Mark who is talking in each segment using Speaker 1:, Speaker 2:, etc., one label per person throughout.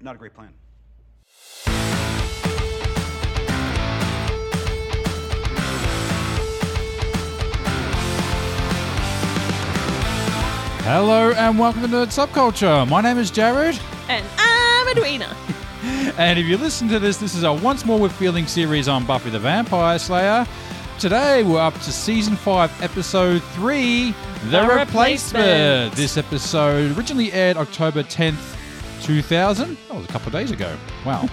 Speaker 1: not a great plan.
Speaker 2: Hello and welcome to Nerd Subculture. My name is Jared,
Speaker 3: And I'm Edwina.
Speaker 2: and if you listen to this, this is our Once More With Feeling series on Buffy the Vampire Slayer. Today we're up to season 5, episode 3 The,
Speaker 3: The
Speaker 2: Replacement.
Speaker 3: Replacement.
Speaker 2: This episode originally aired October 10th, 2000. That Oh, was a couple of days ago. Wow.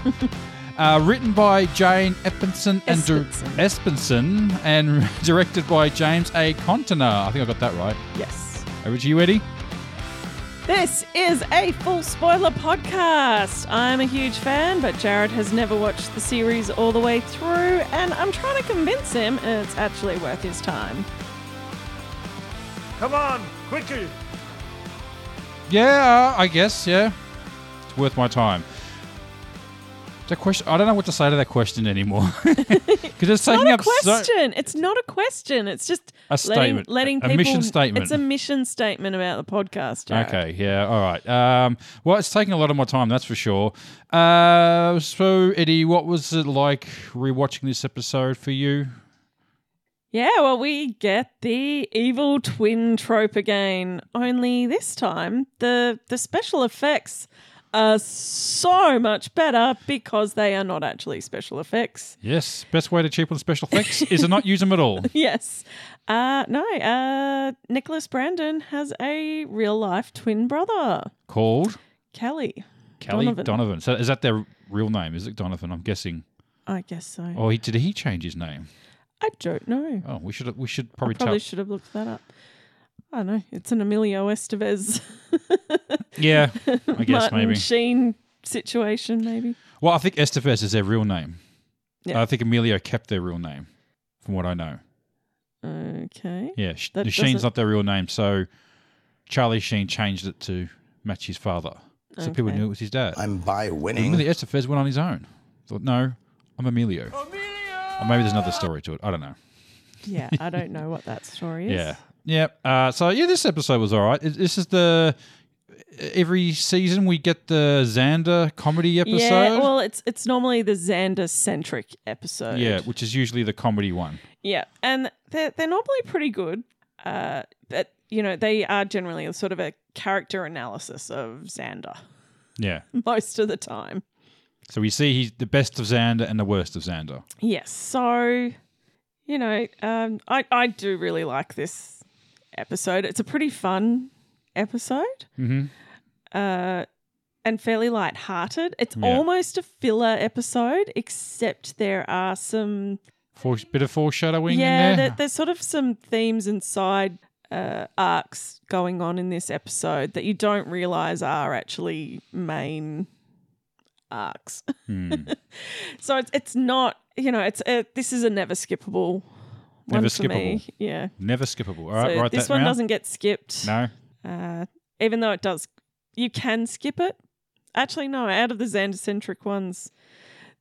Speaker 2: Uh, written by Jane Espenson and dir- Espenson and directed by James A. Continer. I think I got that right.
Speaker 3: Yes.
Speaker 2: Over to you, Eddie.
Speaker 3: This is a full spoiler podcast. I'm a huge fan, but Jared has never watched the series all the way through, and I'm trying to convince him it's actually worth his time.
Speaker 4: Come on, quickly!
Speaker 2: Yeah, I guess. Yeah, it's worth my time. That question, I don't know what to say to that question anymore because it's taking
Speaker 3: Not a
Speaker 2: up so-
Speaker 3: question. it's not a question. It's just
Speaker 2: A statement.
Speaker 3: letting, letting
Speaker 2: A
Speaker 3: people.
Speaker 2: mission statement.
Speaker 3: It's a mission statement about the podcast. Jared.
Speaker 2: Okay, yeah, all right. Um, well, it's taking a lot of my time, that's for sure. Uh, so, Eddie, what was it like rewatching this episode for you?
Speaker 3: Yeah, well, we get the evil twin trope again. Only this time, the the special effects are so much better because they are not actually special effects.
Speaker 2: Yes, best way to cheapen special effects is to not use them at all.
Speaker 3: Yes, uh, no, uh, Nicholas Brandon has a real life twin brother,
Speaker 2: Called
Speaker 3: Kelly.
Speaker 2: Kelly Donovan.
Speaker 3: Donovan.
Speaker 2: So, is that their real name? Is it Donovan? I'm guessing.
Speaker 3: I guess so.
Speaker 2: Or he, did he change his name?
Speaker 3: I don't know.
Speaker 2: Oh, we should we should probably,
Speaker 3: Probably
Speaker 2: tell.
Speaker 3: should have looked that up. I don't know. It's an Emilio Estevez,
Speaker 2: Yeah, I guess
Speaker 3: Martin
Speaker 2: maybe.
Speaker 3: Sheen situation, maybe.
Speaker 2: Well, I think Estevez is their real name.
Speaker 3: Yeah.
Speaker 2: I think Emilio kept their real name, from what I know.
Speaker 3: Okay.
Speaker 2: Yeah, Sh-
Speaker 3: That
Speaker 2: the Sheen's
Speaker 3: doesn't-
Speaker 2: not their real name, so Charlie Sheen changed it to match his father, so people
Speaker 3: Okay.
Speaker 2: knew it was his dad.
Speaker 5: I'm by winning.
Speaker 2: Emilio Estevez went on his own. Thought, no, I'm Emilio. Or maybe there's another story to it. I don't know.
Speaker 3: yeah, I don't know what that story is.
Speaker 2: Yeah. Yeah. Uh, so yeah, this episode was all right. It- This is the e-, every season we get the Xander comedy episode.
Speaker 3: Yeah, well, it's it's normally the Xander centric episode.
Speaker 2: yeah, which is usually the comedy one.
Speaker 3: yeah, and they're they're normally pretty good. Uh, but you know they are generally sort of a character analysis of Xander
Speaker 2: Yeah.
Speaker 3: most of the time.
Speaker 2: So we see he's the best of Xander and the worst of Xander.
Speaker 3: Yes, so you know, um, I I do really like this episode. It's a pretty fun episode.
Speaker 2: Mm-hmm.
Speaker 3: uh, and fairly light-hearted. It's
Speaker 2: Yeah.
Speaker 3: almost a filler episode, except there are some
Speaker 2: For, bit of foreshadowing
Speaker 3: yeah,
Speaker 2: in
Speaker 3: there-
Speaker 2: there.
Speaker 3: there's sort of some themes and side uh, arcs going on in this episode that you don't realize are actually main arcs.
Speaker 2: Hmm.
Speaker 3: So it's it's not you know it's uh this is a never skippable. One
Speaker 2: Never
Speaker 3: for me.
Speaker 2: skippable.
Speaker 3: Yeah.
Speaker 2: Never skippable. All right,
Speaker 3: so
Speaker 2: right.
Speaker 3: this
Speaker 2: that
Speaker 3: one
Speaker 2: round.
Speaker 3: doesn't get skipped.
Speaker 2: No.
Speaker 3: Uh, even though it does, you can skip it. Actually, no. Out of the Xander-centric ones,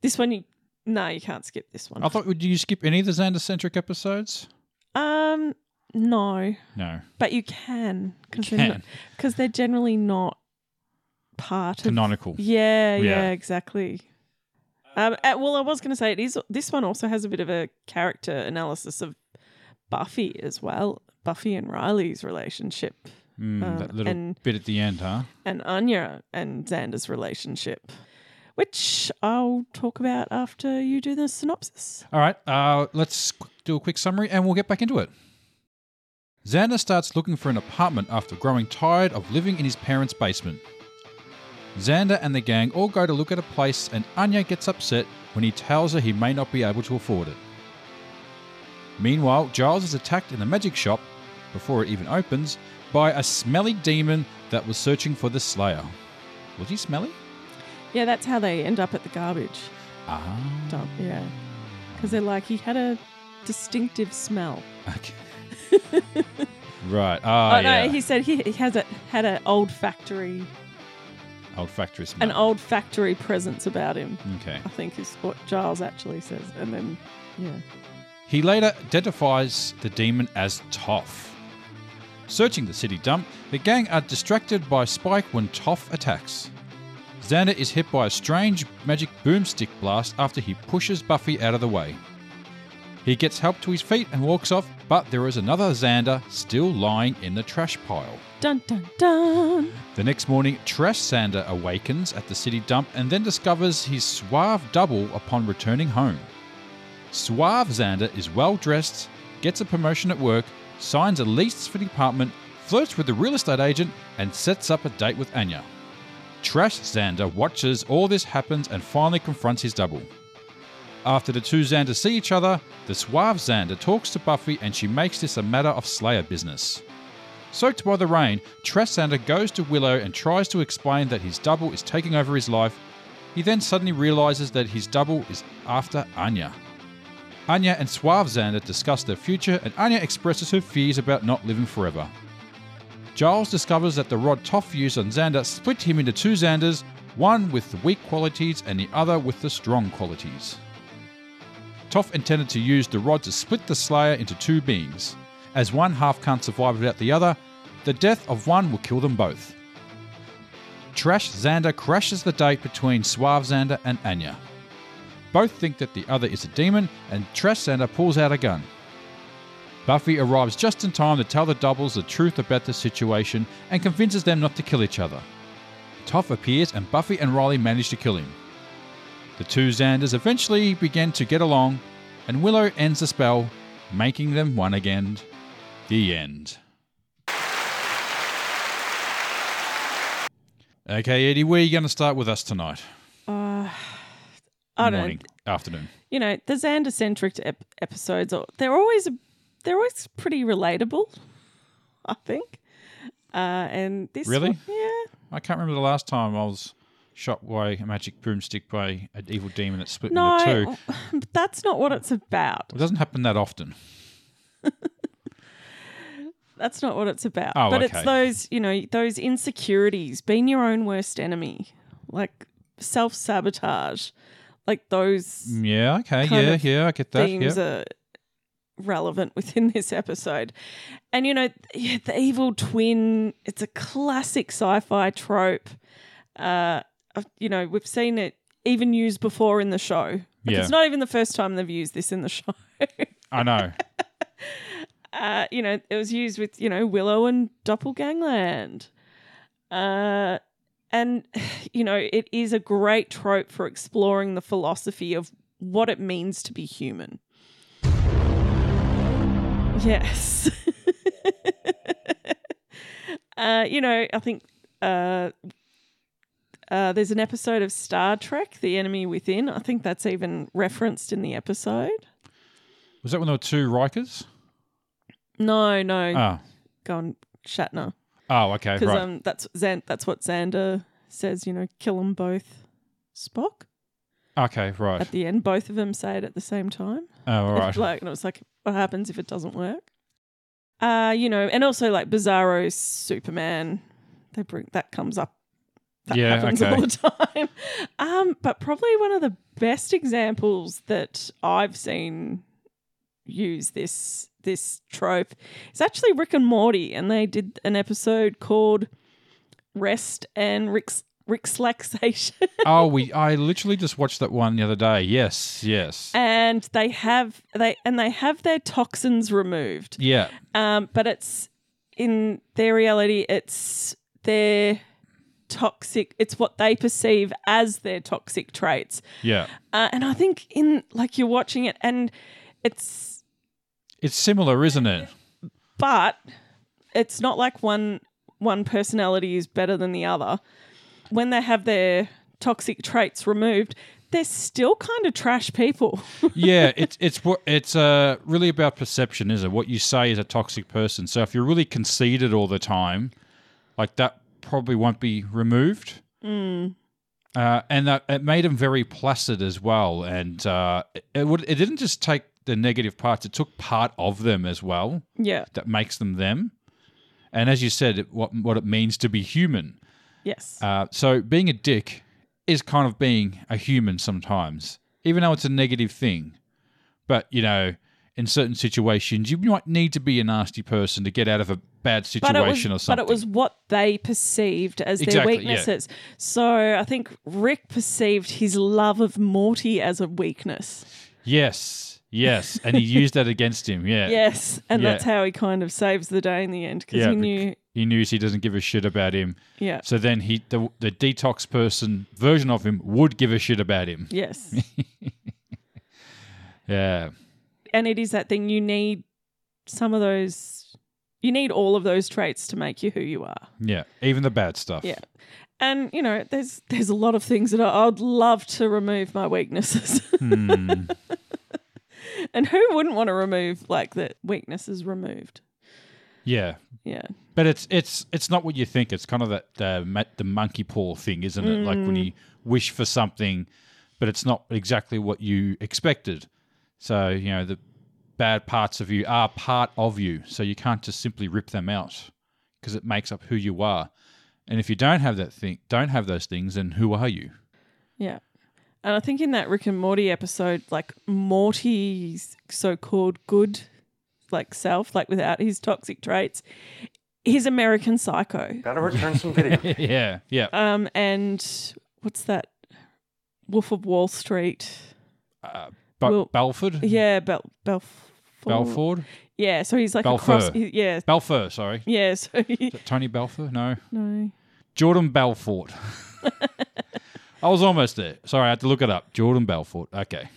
Speaker 3: this one you no, you can't skip this one.
Speaker 2: I thought. Would you skip any of the Xander centric episodes?
Speaker 3: um, no,
Speaker 2: No.
Speaker 3: but you can because
Speaker 2: You
Speaker 3: they're
Speaker 2: can.
Speaker 3: not- 'cause they're generally not part of.
Speaker 2: Canonical.
Speaker 3: yeah,
Speaker 2: Yeah.
Speaker 3: yeah, exactly. Um, uh, well, I was going to say it is. This one also has a bit of a character analysis of Buffy as well. Buffy and Riley's relationship,
Speaker 2: Mm,
Speaker 3: uh,
Speaker 2: that little
Speaker 3: and-
Speaker 2: bit at the end, huh?
Speaker 3: and Anya and Xander's relationship, which I'll talk about after you do the synopsis.
Speaker 2: All right, uh, let's qu- do a quick summary and we'll get back into it. Xander starts looking for an apartment after growing tired of living in his parents' basement. Xander and the gang all go to look at a place, and Anya gets upset when he tells her he may not be able to afford it. Meanwhile, Giles is attacked in the magic shop, before it even opens, by a smelly demon that was searching for the Slayer. Was he smelly?
Speaker 3: Yeah, that's how they end up at the garbage
Speaker 2: Ah.
Speaker 3: dump. Yeah. Because they're like, he had a distinctive smell.
Speaker 2: Okay. right. Ah,
Speaker 3: oh,
Speaker 2: yeah.
Speaker 3: no, he said he, he has a, had an old factory,
Speaker 2: Olfactory smell.
Speaker 3: an old factory presence about him,
Speaker 2: Okay.
Speaker 3: I think is what Giles actually says. And then, yeah.
Speaker 2: He later identifies the demon as Toph. Searching the city dump, the gang are distracted by Spike when Toph attacks. Xander is hit by a strange magic boomstick blast after he pushes Buffy out of the way. He gets help to his feet and walks off, but there is another Xander still lying in the trash pile.
Speaker 3: Dun dun dun.
Speaker 2: The next morning, Trash Sander awakens at the city dump and then discovers his suave double upon returning home. Suave Xander is well dressed, gets a promotion at work, signs a lease for the apartment, flirts with the real estate agent, and sets up a date with Anya. Trash Xander watches all this happens and finally confronts his double. After the two Xanders see each other, the suave Xander talks to Buffy and she makes this a matter of Slayer business. Soaked by the rain, Tressander goes to Willow and tries to explain that his double is taking over his life. He then suddenly realizes that his double is after Anya. Anya and Suave Xander discuss their future, and Anya expresses her fears about not living forever. Giles discovers that the rod Toph used on Xander split him into two Xanders, one with the weak qualities and the other with the strong qualities. Toph intended to use the rod to split the Slayer into two beings. As one half can't survive without the other, the death of one will kill them both. Trash Xander crashes the date between Suave Xander and Anya. Both think that the other is a demon, and Trash Xander pulls out a gun. Buffy arrives just in time to tell the doubles the truth about the situation and convinces them not to kill each other. Toph appears, and Buffy and Riley manage to kill him. The two Xanders eventually begin to get along, and Willow ends the spell, making them one again. The end. Okay, Eddie, where are you going to start with us tonight?
Speaker 3: Uh, I don't.
Speaker 2: Morning, afternoon.
Speaker 3: You know the Xander centric ep- episodes. are- They're always they're always pretty relatable. I think. Uh, and this
Speaker 2: Really?
Speaker 3: one- yeah.
Speaker 2: I can't remember the last time I was shot by a magic broomstick by an evil demon that split me into two.
Speaker 3: No, but that's not what it's about.
Speaker 2: It doesn't happen that often.
Speaker 3: That's not what it's about.
Speaker 2: Oh,
Speaker 3: but
Speaker 2: okay.
Speaker 3: it's those, you know, those insecurities, being your own worst enemy, like self sabotage, like those
Speaker 2: Yeah, okay,
Speaker 3: Kind
Speaker 2: yeah,
Speaker 3: of
Speaker 2: yeah, I get that.
Speaker 3: themes
Speaker 2: Yeah.
Speaker 3: are relevant within this episode. And, you know, yeah, the evil twin, it's a classic sci fi trope. Uh, I've- you know, we've seen it even used before in the show. Like,
Speaker 2: Yeah.
Speaker 3: It's not even the first time they've used this in the show.
Speaker 2: I know.
Speaker 3: uh, you know, it was used with, you know, Willow and Doppelgangland. Uh, and, you know, it is a great trope for exploring the philosophy of what it means to be human. Yes. uh, you know, I think uh, uh, there's an episode of Star Trek, The Enemy Within. I think that's even referenced in the episode.
Speaker 2: Was that when there were two Rikers?
Speaker 3: No, no.
Speaker 2: Oh,
Speaker 3: Go on, Shatner.
Speaker 2: oh okay,
Speaker 3: because
Speaker 2: right.
Speaker 3: um, that's Zan- that's what Xander says. You know, kill them both, Spock.
Speaker 2: okay, right.
Speaker 3: At the end, both of them say it at the same time.
Speaker 2: Oh, all right.
Speaker 3: Like, and it was like, what happens if it doesn't work? Uh, you know, and also like Bizarro Superman. They bring that comes up. That
Speaker 2: Yeah,
Speaker 3: happens
Speaker 2: okay.
Speaker 3: all the time. Um, but probably one of the best examples that I've seen use this this trope is actually Rick and Morty, and they did an episode called "Rest and Rick's Rick's Laxation."
Speaker 2: oh, we. I literally just watched that one the other day. Yes, yes.
Speaker 3: and they have they and they have their toxins removed.
Speaker 2: yeah.
Speaker 3: Um, but it's in their reality, it's their toxic. It's what they perceive as their toxic traits.
Speaker 2: Yeah.
Speaker 3: Uh, and I think in like you're watching it, and it's
Speaker 2: It's similar, isn't it?
Speaker 3: but it's not like one one personality is better than the other. When they have their toxic traits removed, they're still kind of trash people.
Speaker 2: Yeah, it's it's what it's uh really about perception, is it? What you say is a toxic person. So if you're really conceited all the time, like that probably won't be removed. Uh, and that it made him very placid as well, and uh, it- it would it didn't just take the negative parts; it took part of them as well.
Speaker 3: yeah.
Speaker 2: that makes them them. And as you said, it- what what it means to be human.
Speaker 3: Yes.
Speaker 2: Uh, so being a dick is kind of being a human sometimes, even though it's a negative thing. But you know, in certain situations, you might need to be a nasty person to get out of a bad
Speaker 3: But
Speaker 2: situation
Speaker 3: it, was,
Speaker 2: or
Speaker 3: but
Speaker 2: something.
Speaker 3: it was what they perceived as their
Speaker 2: Exactly, yeah.
Speaker 3: weaknesses. So I think Rick perceived his love of Morty as a weakness.
Speaker 2: yes, yes, and he used that against him. Yeah,
Speaker 3: Yes. And
Speaker 2: Yeah.
Speaker 3: that's how he kind of saves the day in the end because
Speaker 2: Yeah,
Speaker 3: he
Speaker 2: bec-
Speaker 3: knew.
Speaker 2: he knew he doesn't give a shit about him.
Speaker 3: Yeah.
Speaker 2: So then he, the, the detox person version of him, would give a shit about him.
Speaker 3: Yes.
Speaker 2: Yeah,
Speaker 3: and it is that thing you need some of those, you need all of those traits to make you who you are.
Speaker 2: yeah, even the bad stuff.
Speaker 3: Yeah. And you know, there's there's a lot of things that I, I'd love to remove my weaknesses.
Speaker 2: Hmm.
Speaker 3: and who wouldn't want to remove like the weaknesses removed?
Speaker 2: yeah.
Speaker 3: Yeah.
Speaker 2: But it's it's it's not what you think. It's kind of that the ma- the monkey paw thing, isn't it? Like
Speaker 3: Mm.
Speaker 2: when you wish for something, but it's not exactly what you expected. So you know the bad parts of you are part of you. So you can't just simply rip them out because it makes up who you are. And if you don't have that thing, don't have those things, then who are you?
Speaker 3: Yeah. And I think in that Rick and Morty episode, like Morty's so called good like self, like without his toxic traits, he's American psycho.
Speaker 1: Gotta return some video.
Speaker 2: yeah, yeah.
Speaker 3: Um and what's that? Wolf of Wall Street.
Speaker 2: Uh, but
Speaker 3: Well-
Speaker 2: Belford,
Speaker 3: Yeah, Bel Belf
Speaker 2: Belford,
Speaker 3: Yeah, so he's like
Speaker 2: Balfour.
Speaker 3: a cross yeah.
Speaker 2: Balfour. Sorry,
Speaker 3: Yeah, so he,
Speaker 2: Tony Balfour. No,
Speaker 3: no.
Speaker 2: Jordan Belfort. I was almost there. Sorry, I had to look it up. Jordan Belfort. Okay.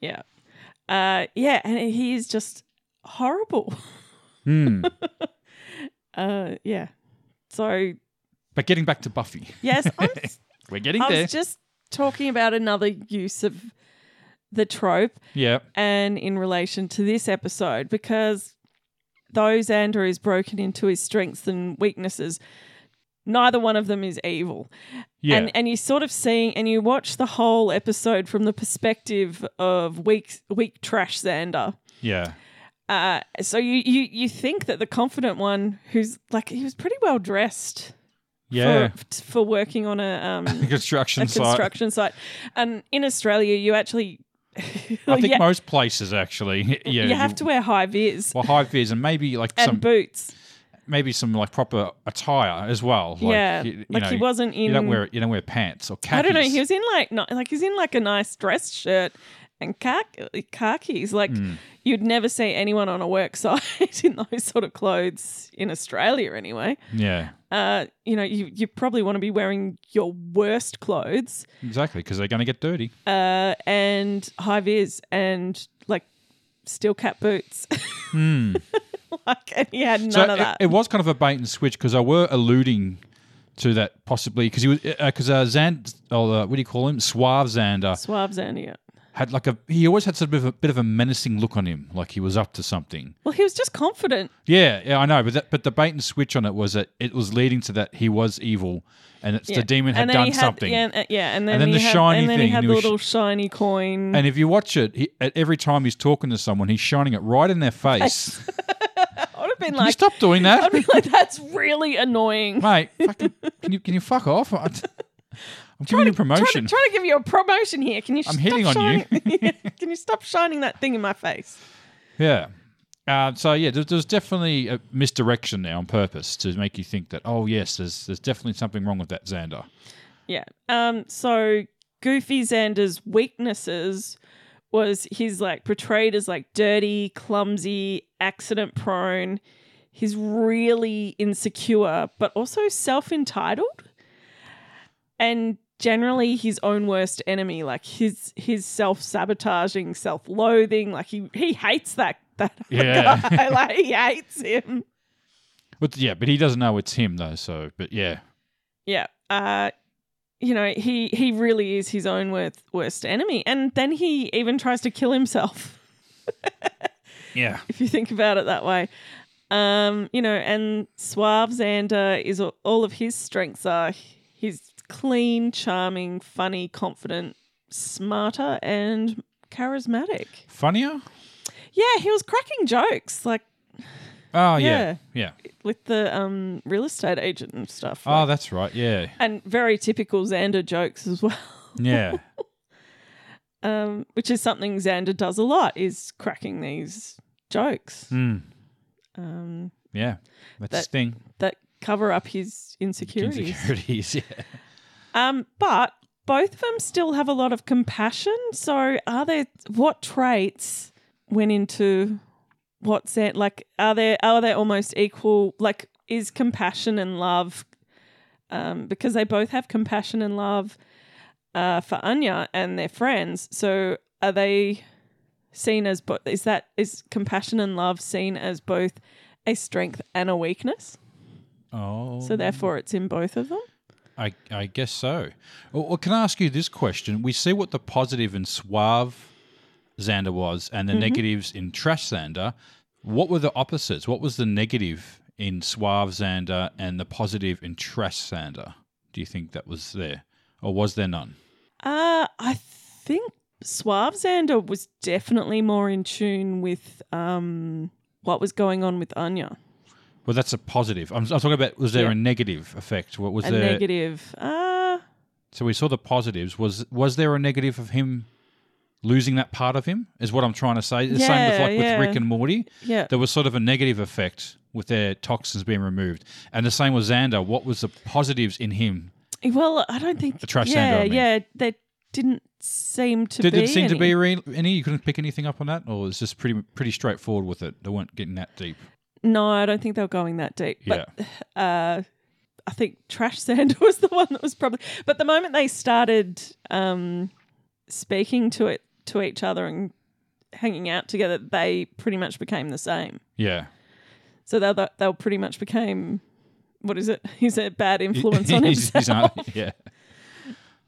Speaker 3: Yeah. Uh, yeah, and he is just horrible.
Speaker 2: Hmm.
Speaker 3: Uh, yeah. So,
Speaker 2: but getting back to Buffy,
Speaker 3: yes, I'm,
Speaker 2: we're getting
Speaker 3: I
Speaker 2: there.
Speaker 3: was just talking about another use of the trope
Speaker 2: yeah.
Speaker 3: and in relation to this episode because though Xander is broken into his strengths and weaknesses, neither one of them is evil.
Speaker 2: Yeah.
Speaker 3: And and you sort of seeing and you watch the whole episode from the perspective of weak weak trash Xander.
Speaker 2: yeah.
Speaker 3: Uh, so you, you you think that the confident one, who's like he was pretty well dressed
Speaker 2: Yeah.
Speaker 3: for, for working on a um
Speaker 2: construction
Speaker 3: a
Speaker 2: site.
Speaker 3: construction site, and in Australia you actually
Speaker 2: I think
Speaker 3: yeah,
Speaker 2: most places actually. Yeah.
Speaker 3: you have to wear high vis
Speaker 2: Well, high vis and maybe like
Speaker 3: and
Speaker 2: some,
Speaker 3: boots.
Speaker 2: maybe some like proper attire as well. Like,
Speaker 3: yeah,
Speaker 2: You, you
Speaker 3: like
Speaker 2: know,
Speaker 3: he wasn't in.
Speaker 2: You don't wear you don't wear pants or khakis.
Speaker 3: I don't know. He was in like not like he's in like a nice dress shirt and khaki, khakis. Like
Speaker 2: Hmm.
Speaker 3: you'd never see anyone on a work site in those sort of clothes in Australia, anyway.
Speaker 2: Yeah.
Speaker 3: uh, you know, you, you probably want to be wearing your worst clothes
Speaker 2: Exactly, because they're going to get dirty.
Speaker 3: uh, and high vis and like steel cap boots. like, and he had none
Speaker 2: Hmm. so
Speaker 3: of that.
Speaker 2: It, it was kind of a bait and switch because I were alluding to that possibly because he was because uh, Zand or uh, what do you call him Suave Xander
Speaker 3: Suave Xania.
Speaker 2: had like a he always had sort of a bit of a menacing look on him like he was up to something.
Speaker 3: Well, he was just confident.
Speaker 2: Yeah, yeah, I know, but that, but the bait and switch on it was that it was leading to that he was evil and it's the
Speaker 3: Yeah.
Speaker 2: demon had
Speaker 3: And then
Speaker 2: done
Speaker 3: he had-
Speaker 2: something.
Speaker 3: Yeah, and, uh, yeah, and then,
Speaker 2: then
Speaker 3: he
Speaker 2: the
Speaker 3: had,
Speaker 2: shiny
Speaker 3: and then he
Speaker 2: thing,
Speaker 3: had
Speaker 2: he
Speaker 3: the
Speaker 2: was-
Speaker 3: little shiny coin.
Speaker 2: And if you watch it, he, at every time he's talking to someone, he's shining it right in their face.
Speaker 3: I would have been
Speaker 2: Can you
Speaker 3: like,
Speaker 2: stop doing that?
Speaker 3: I'd be like, that's really annoying.
Speaker 2: mate, fucking, can you can you fuck off? I'm giving you
Speaker 3: Trying
Speaker 2: promotion.
Speaker 3: to, trying to give you a promotion here. Can you?
Speaker 2: I'm
Speaker 3: stop
Speaker 2: hitting on you.
Speaker 3: shining- Yeah. Can you stop shining that thing in my face?
Speaker 2: Yeah. Uh, so yeah, there, there's definitely a misdirection there on purpose to make you think that oh yes, there's there's definitely something wrong with that Xander.
Speaker 3: Yeah. Um. So Goofy Xander's weaknesses was he's like portrayed as like dirty, clumsy, accident prone. He's really insecure, but also self entitled, and generally his own worst enemy. Like his his self sabotaging, self loathing. Like he he hates that that other
Speaker 2: Yeah.
Speaker 3: guy. like he hates him.
Speaker 2: But yeah, but he doesn't know it's him though. So but yeah,
Speaker 3: yeah uh you know he he really is his own worth, worst enemy and then he even tries to kill himself
Speaker 2: yeah,
Speaker 3: if you think about it that way um you know and suave xander is a- all of his strengths are he's clean charming funny confident smarter and charismatic
Speaker 2: funnier.
Speaker 3: yeah he was cracking jokes like
Speaker 2: Oh yeah, yeah.
Speaker 3: Yeah. with the um real estate agent and stuff
Speaker 2: Oh,
Speaker 3: like-
Speaker 2: that's right. Yeah,
Speaker 3: and very typical xander jokes as well
Speaker 2: yeah.
Speaker 3: um, which is something Xander does a lot, is cracking these jokes
Speaker 2: Hmm.
Speaker 3: um,
Speaker 2: yeah, that's
Speaker 3: That-
Speaker 2: his thing.
Speaker 3: that cover up his insecurities.
Speaker 2: Insecurities. Yeah.
Speaker 3: Um, but both of them still have a lot of compassion. So, are there what traits went into what Xander? Like, are there are they almost equal? Like, is compassion and love? Um, because they both have compassion and love uh, for Anya and their friends. So, are they seen as both? Is that is compassion and love seen as both a strength and a weakness?
Speaker 2: Oh.
Speaker 3: So, therefore, it's in both of them.
Speaker 2: I, I guess so. Well, well, can I ask you this question? We see what the positive in suave Xander was and
Speaker 3: Mm-hmm.
Speaker 2: the negatives in trash Xander. What were the opposites? What was the negative in suave Xander and the positive in trash Xander? Do you think that was there? Or was there none?
Speaker 3: Uh, I think Suave Xander was definitely more in tune with um, what was going on with Anya.
Speaker 2: Well, that's a positive. I'm, I'm talking about was there
Speaker 3: Yeah.
Speaker 2: a negative effect? What was
Speaker 3: A
Speaker 2: there?
Speaker 3: negative. Uh,
Speaker 2: So we saw the positives. Was was there a negative of him losing that part of him? Is what I'm trying to say. The same with
Speaker 3: Yeah,
Speaker 2: like
Speaker 3: yeah.
Speaker 2: with Rick and Morty.
Speaker 3: yeah.
Speaker 2: there was sort of a negative effect with their toxins being removed. And the same with Xander. What was the positives in him?
Speaker 3: well, I don't think.
Speaker 2: The trash Xander,
Speaker 3: yeah,
Speaker 2: I mean.
Speaker 3: yeah. There didn't seem to
Speaker 2: Did
Speaker 3: be.
Speaker 2: it seem to
Speaker 3: any.
Speaker 2: be re- any? You couldn't pick anything up on that, or it's just pretty pretty straightforward with it. They weren't getting that deep.
Speaker 3: No, I don't think they were going that deep. But uh, I think Trash Sand was the one that was probably. But the moment they started um, speaking to it to each other and hanging out together, they pretty much became the same.
Speaker 2: Yeah,
Speaker 3: So they they- they pretty much became what is it? He's a bad influence
Speaker 2: yeah.
Speaker 3: on
Speaker 2: He's-
Speaker 3: himself.
Speaker 2: he's not- yeah.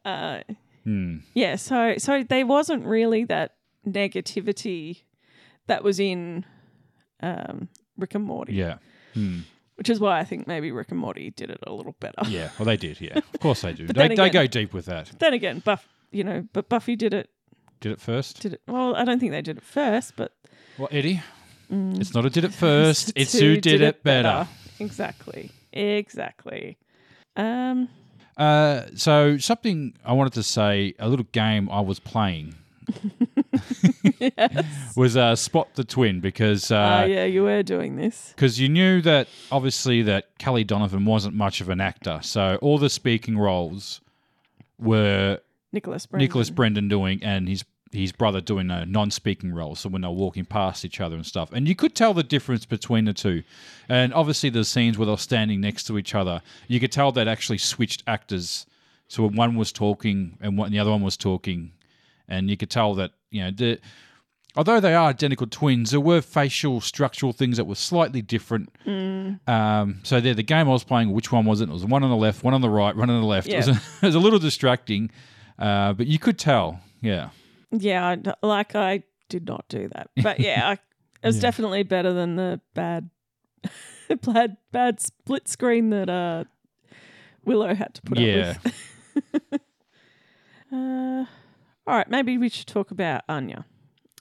Speaker 3: Uh,
Speaker 2: Hmm.
Speaker 3: yeah. So so there wasn't really that negativity that was in um, Rick and Morty,
Speaker 2: Yeah. Hmm.
Speaker 3: which is why I think maybe Rick and Morty did it a little better.
Speaker 2: Yeah. Well, they did. Yeah. Of course they do.
Speaker 3: But
Speaker 2: They,
Speaker 3: then
Speaker 2: they
Speaker 3: again-
Speaker 2: go deep with that.
Speaker 3: Then again, Buff, you know, but Buffy did it.
Speaker 2: Did it first?
Speaker 3: Did it? Well, I don't think they did it first, but
Speaker 2: Well, Eddie, it's not a did it first.
Speaker 3: it's
Speaker 2: It's who Mm. did it better.
Speaker 3: Exactly. Exactly. Um.
Speaker 2: Uh, so something I wanted to say, a little game I was playing was uh, spot the twin because
Speaker 3: Oh
Speaker 2: uh,
Speaker 3: yeah, you were doing this.
Speaker 2: because you knew that obviously that Kelly Donovan wasn't much of an actor, so all the speaking roles were
Speaker 3: Nicholas Brennan.
Speaker 2: Nicholas Brendan doing and his his brother doing a non-speaking role. So when they're walking past each other and stuff, and you could tell the difference between the two. And obviously the scenes where they're standing next to each other, you could tell they'd actually switched actors. So when one was talking and one, the other one was talking, and you could tell that you know the. Although they are identical twins, there were facial structural things that were slightly different. Um, so there, the game I was playing, which one was it? It was one on the left, one on the right, one on the left. It, was a,
Speaker 3: Yeah.
Speaker 2: it was a little distracting, uh, but you could tell. Yeah,
Speaker 3: Yeah, I d- like I did not do that, but yeah, I, it was definitely better than the bad, bad, bad split screen that uh, Willow had to put
Speaker 2: yeah.
Speaker 3: up with. Uh, all right, maybe we should talk about Anya,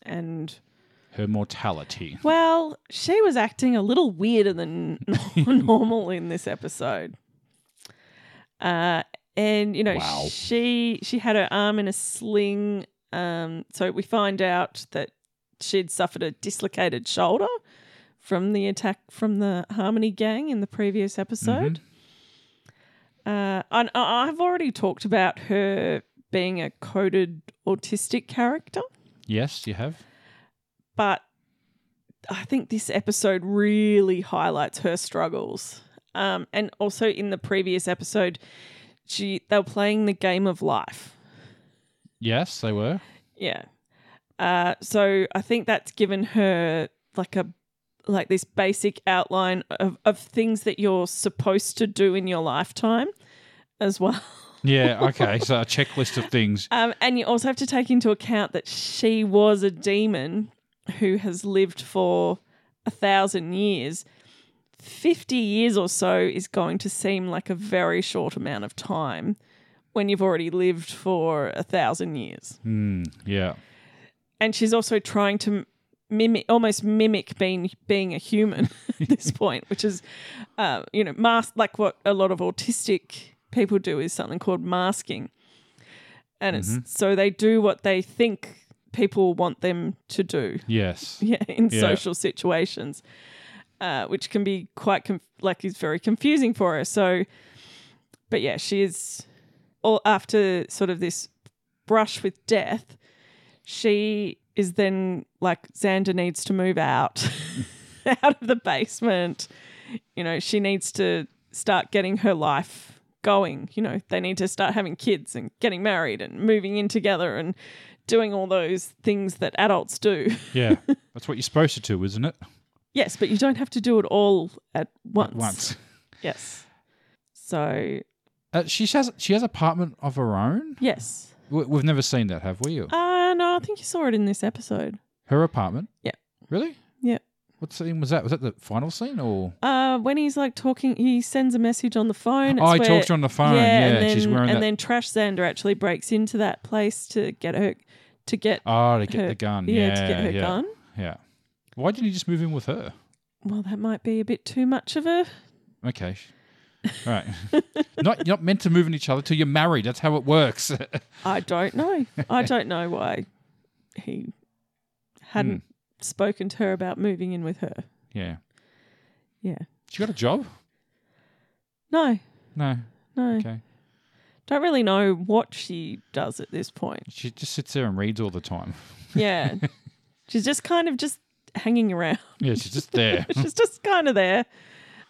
Speaker 3: and
Speaker 2: Her mortality.
Speaker 3: well, she was acting a little weirder than normal in this episode. Uh, and you know,
Speaker 2: Wow.
Speaker 3: she she had her arm in a sling. Um, so we find out that she'd suffered a dislocated shoulder from the attack from the Harmony Gang in the previous episode. Uh, and I- I've already talked about her being a coded autistic character
Speaker 2: Yes, you have.
Speaker 3: but I think this episode really highlights her struggles. Um, and also in the previous episode, she they were playing the game of life.
Speaker 2: Yes, they were.
Speaker 3: Yeah. Uh, so I think that's given her like a like this basic outline of, of things that you're supposed to do in your lifetime as well.
Speaker 2: Yeah. Okay. so a checklist of things.
Speaker 3: Um, and you also have to take into account that she was a demon who has lived for a thousand years. 50 years or so is going to seem like a very short amount of time when you've already lived for a thousand years.
Speaker 2: Hmm, yeah.
Speaker 3: And she's also trying to mimic, almost mimic being, being a human at this point, which is, uh, you know, mask, like what a lot of autistic people do is something called masking. and it's so they do what they think people want them to do.
Speaker 2: Yes.
Speaker 3: Yeah, in
Speaker 2: Yeah.
Speaker 3: social situations, uh, which can be quite conf- like is very confusing for her. So, but yeah, she is all after sort of this brush with death. She is then like Xander needs to move out out of the basement. You know, she needs to start getting her life going. You know, they need to start having kids and getting married and moving in together and doing all those things that adults do.
Speaker 2: Yeah. That's what you're supposed to do, isn't it?
Speaker 3: Yes, but you don't have to do it all at once.
Speaker 2: Once.
Speaker 3: Yes. So,
Speaker 2: Uh, she has she has apartment of her own.
Speaker 3: yes.
Speaker 2: We- We've never seen that, have we?
Speaker 3: Uh no, I think you saw it in this episode.
Speaker 2: Her apartment.
Speaker 3: Yeah.
Speaker 2: Really?
Speaker 3: Yeah.
Speaker 2: What scene was that? Was that the final scene or?
Speaker 3: Uh when he's like talking, he sends a message on the phone.
Speaker 2: Oh, I
Speaker 3: where-
Speaker 2: talked to her on the phone. Yeah,
Speaker 3: and then,
Speaker 2: she's wearing
Speaker 3: and
Speaker 2: that.
Speaker 3: then Trash Xander actually breaks into that place to get her to get
Speaker 2: oh, to get
Speaker 3: her-
Speaker 2: the gun.
Speaker 3: yeah,
Speaker 2: Yeah,
Speaker 3: to get her
Speaker 2: yeah,
Speaker 3: gun.
Speaker 2: Yeah. Why didn't he just move in with her?
Speaker 3: Well, that might be a bit too much of a
Speaker 2: Okay. All right. not you're not meant to move in each other till you're married. That's how it works.
Speaker 3: I don't know. I don't know why he hadn't
Speaker 2: Hmm.
Speaker 3: spoken to her about moving in with her.
Speaker 2: yeah.
Speaker 3: Yeah.
Speaker 2: She got a job?
Speaker 3: No.
Speaker 2: No.
Speaker 3: No.
Speaker 2: Okay.
Speaker 3: Don't really know what she does at this point.
Speaker 2: She just sits there and reads all the time.
Speaker 3: Yeah. She's just kind of just hanging around.
Speaker 2: Yeah, she's just there.
Speaker 3: She's just kind of there.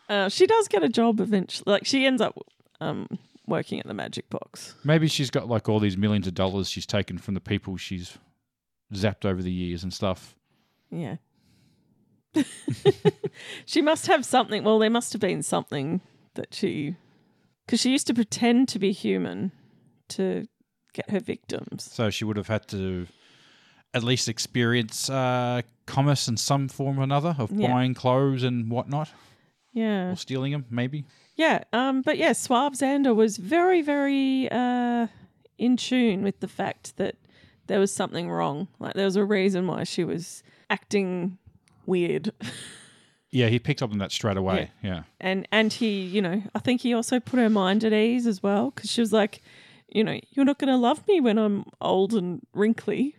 Speaker 3: Uh, she does get a job eventually. Like she ends up um, working at the magic box.
Speaker 2: Maybe she's got like all these millions of dollars she's taken from the people she's zapped over the years and stuff.
Speaker 3: Yeah. she must have something. Well, there must have been something that she. Because she used to pretend to be human to get her victims.
Speaker 2: So she would have had to at least experience uh, commerce in some form or another of
Speaker 3: Yeah.
Speaker 2: buying clothes and whatnot
Speaker 3: Yeah.
Speaker 2: or stealing them, maybe.
Speaker 3: Yeah, um, but yeah, Suave Xander was very, very uh, in tune with the fact that there was something wrong. Like there was a reason why she was acting weird,
Speaker 2: Yeah, he picked up on that straight away. Yeah.
Speaker 3: and and he, you know, I think he also put her mind at ease as well because she was like, you know, you're not going to love me when I'm old and wrinkly,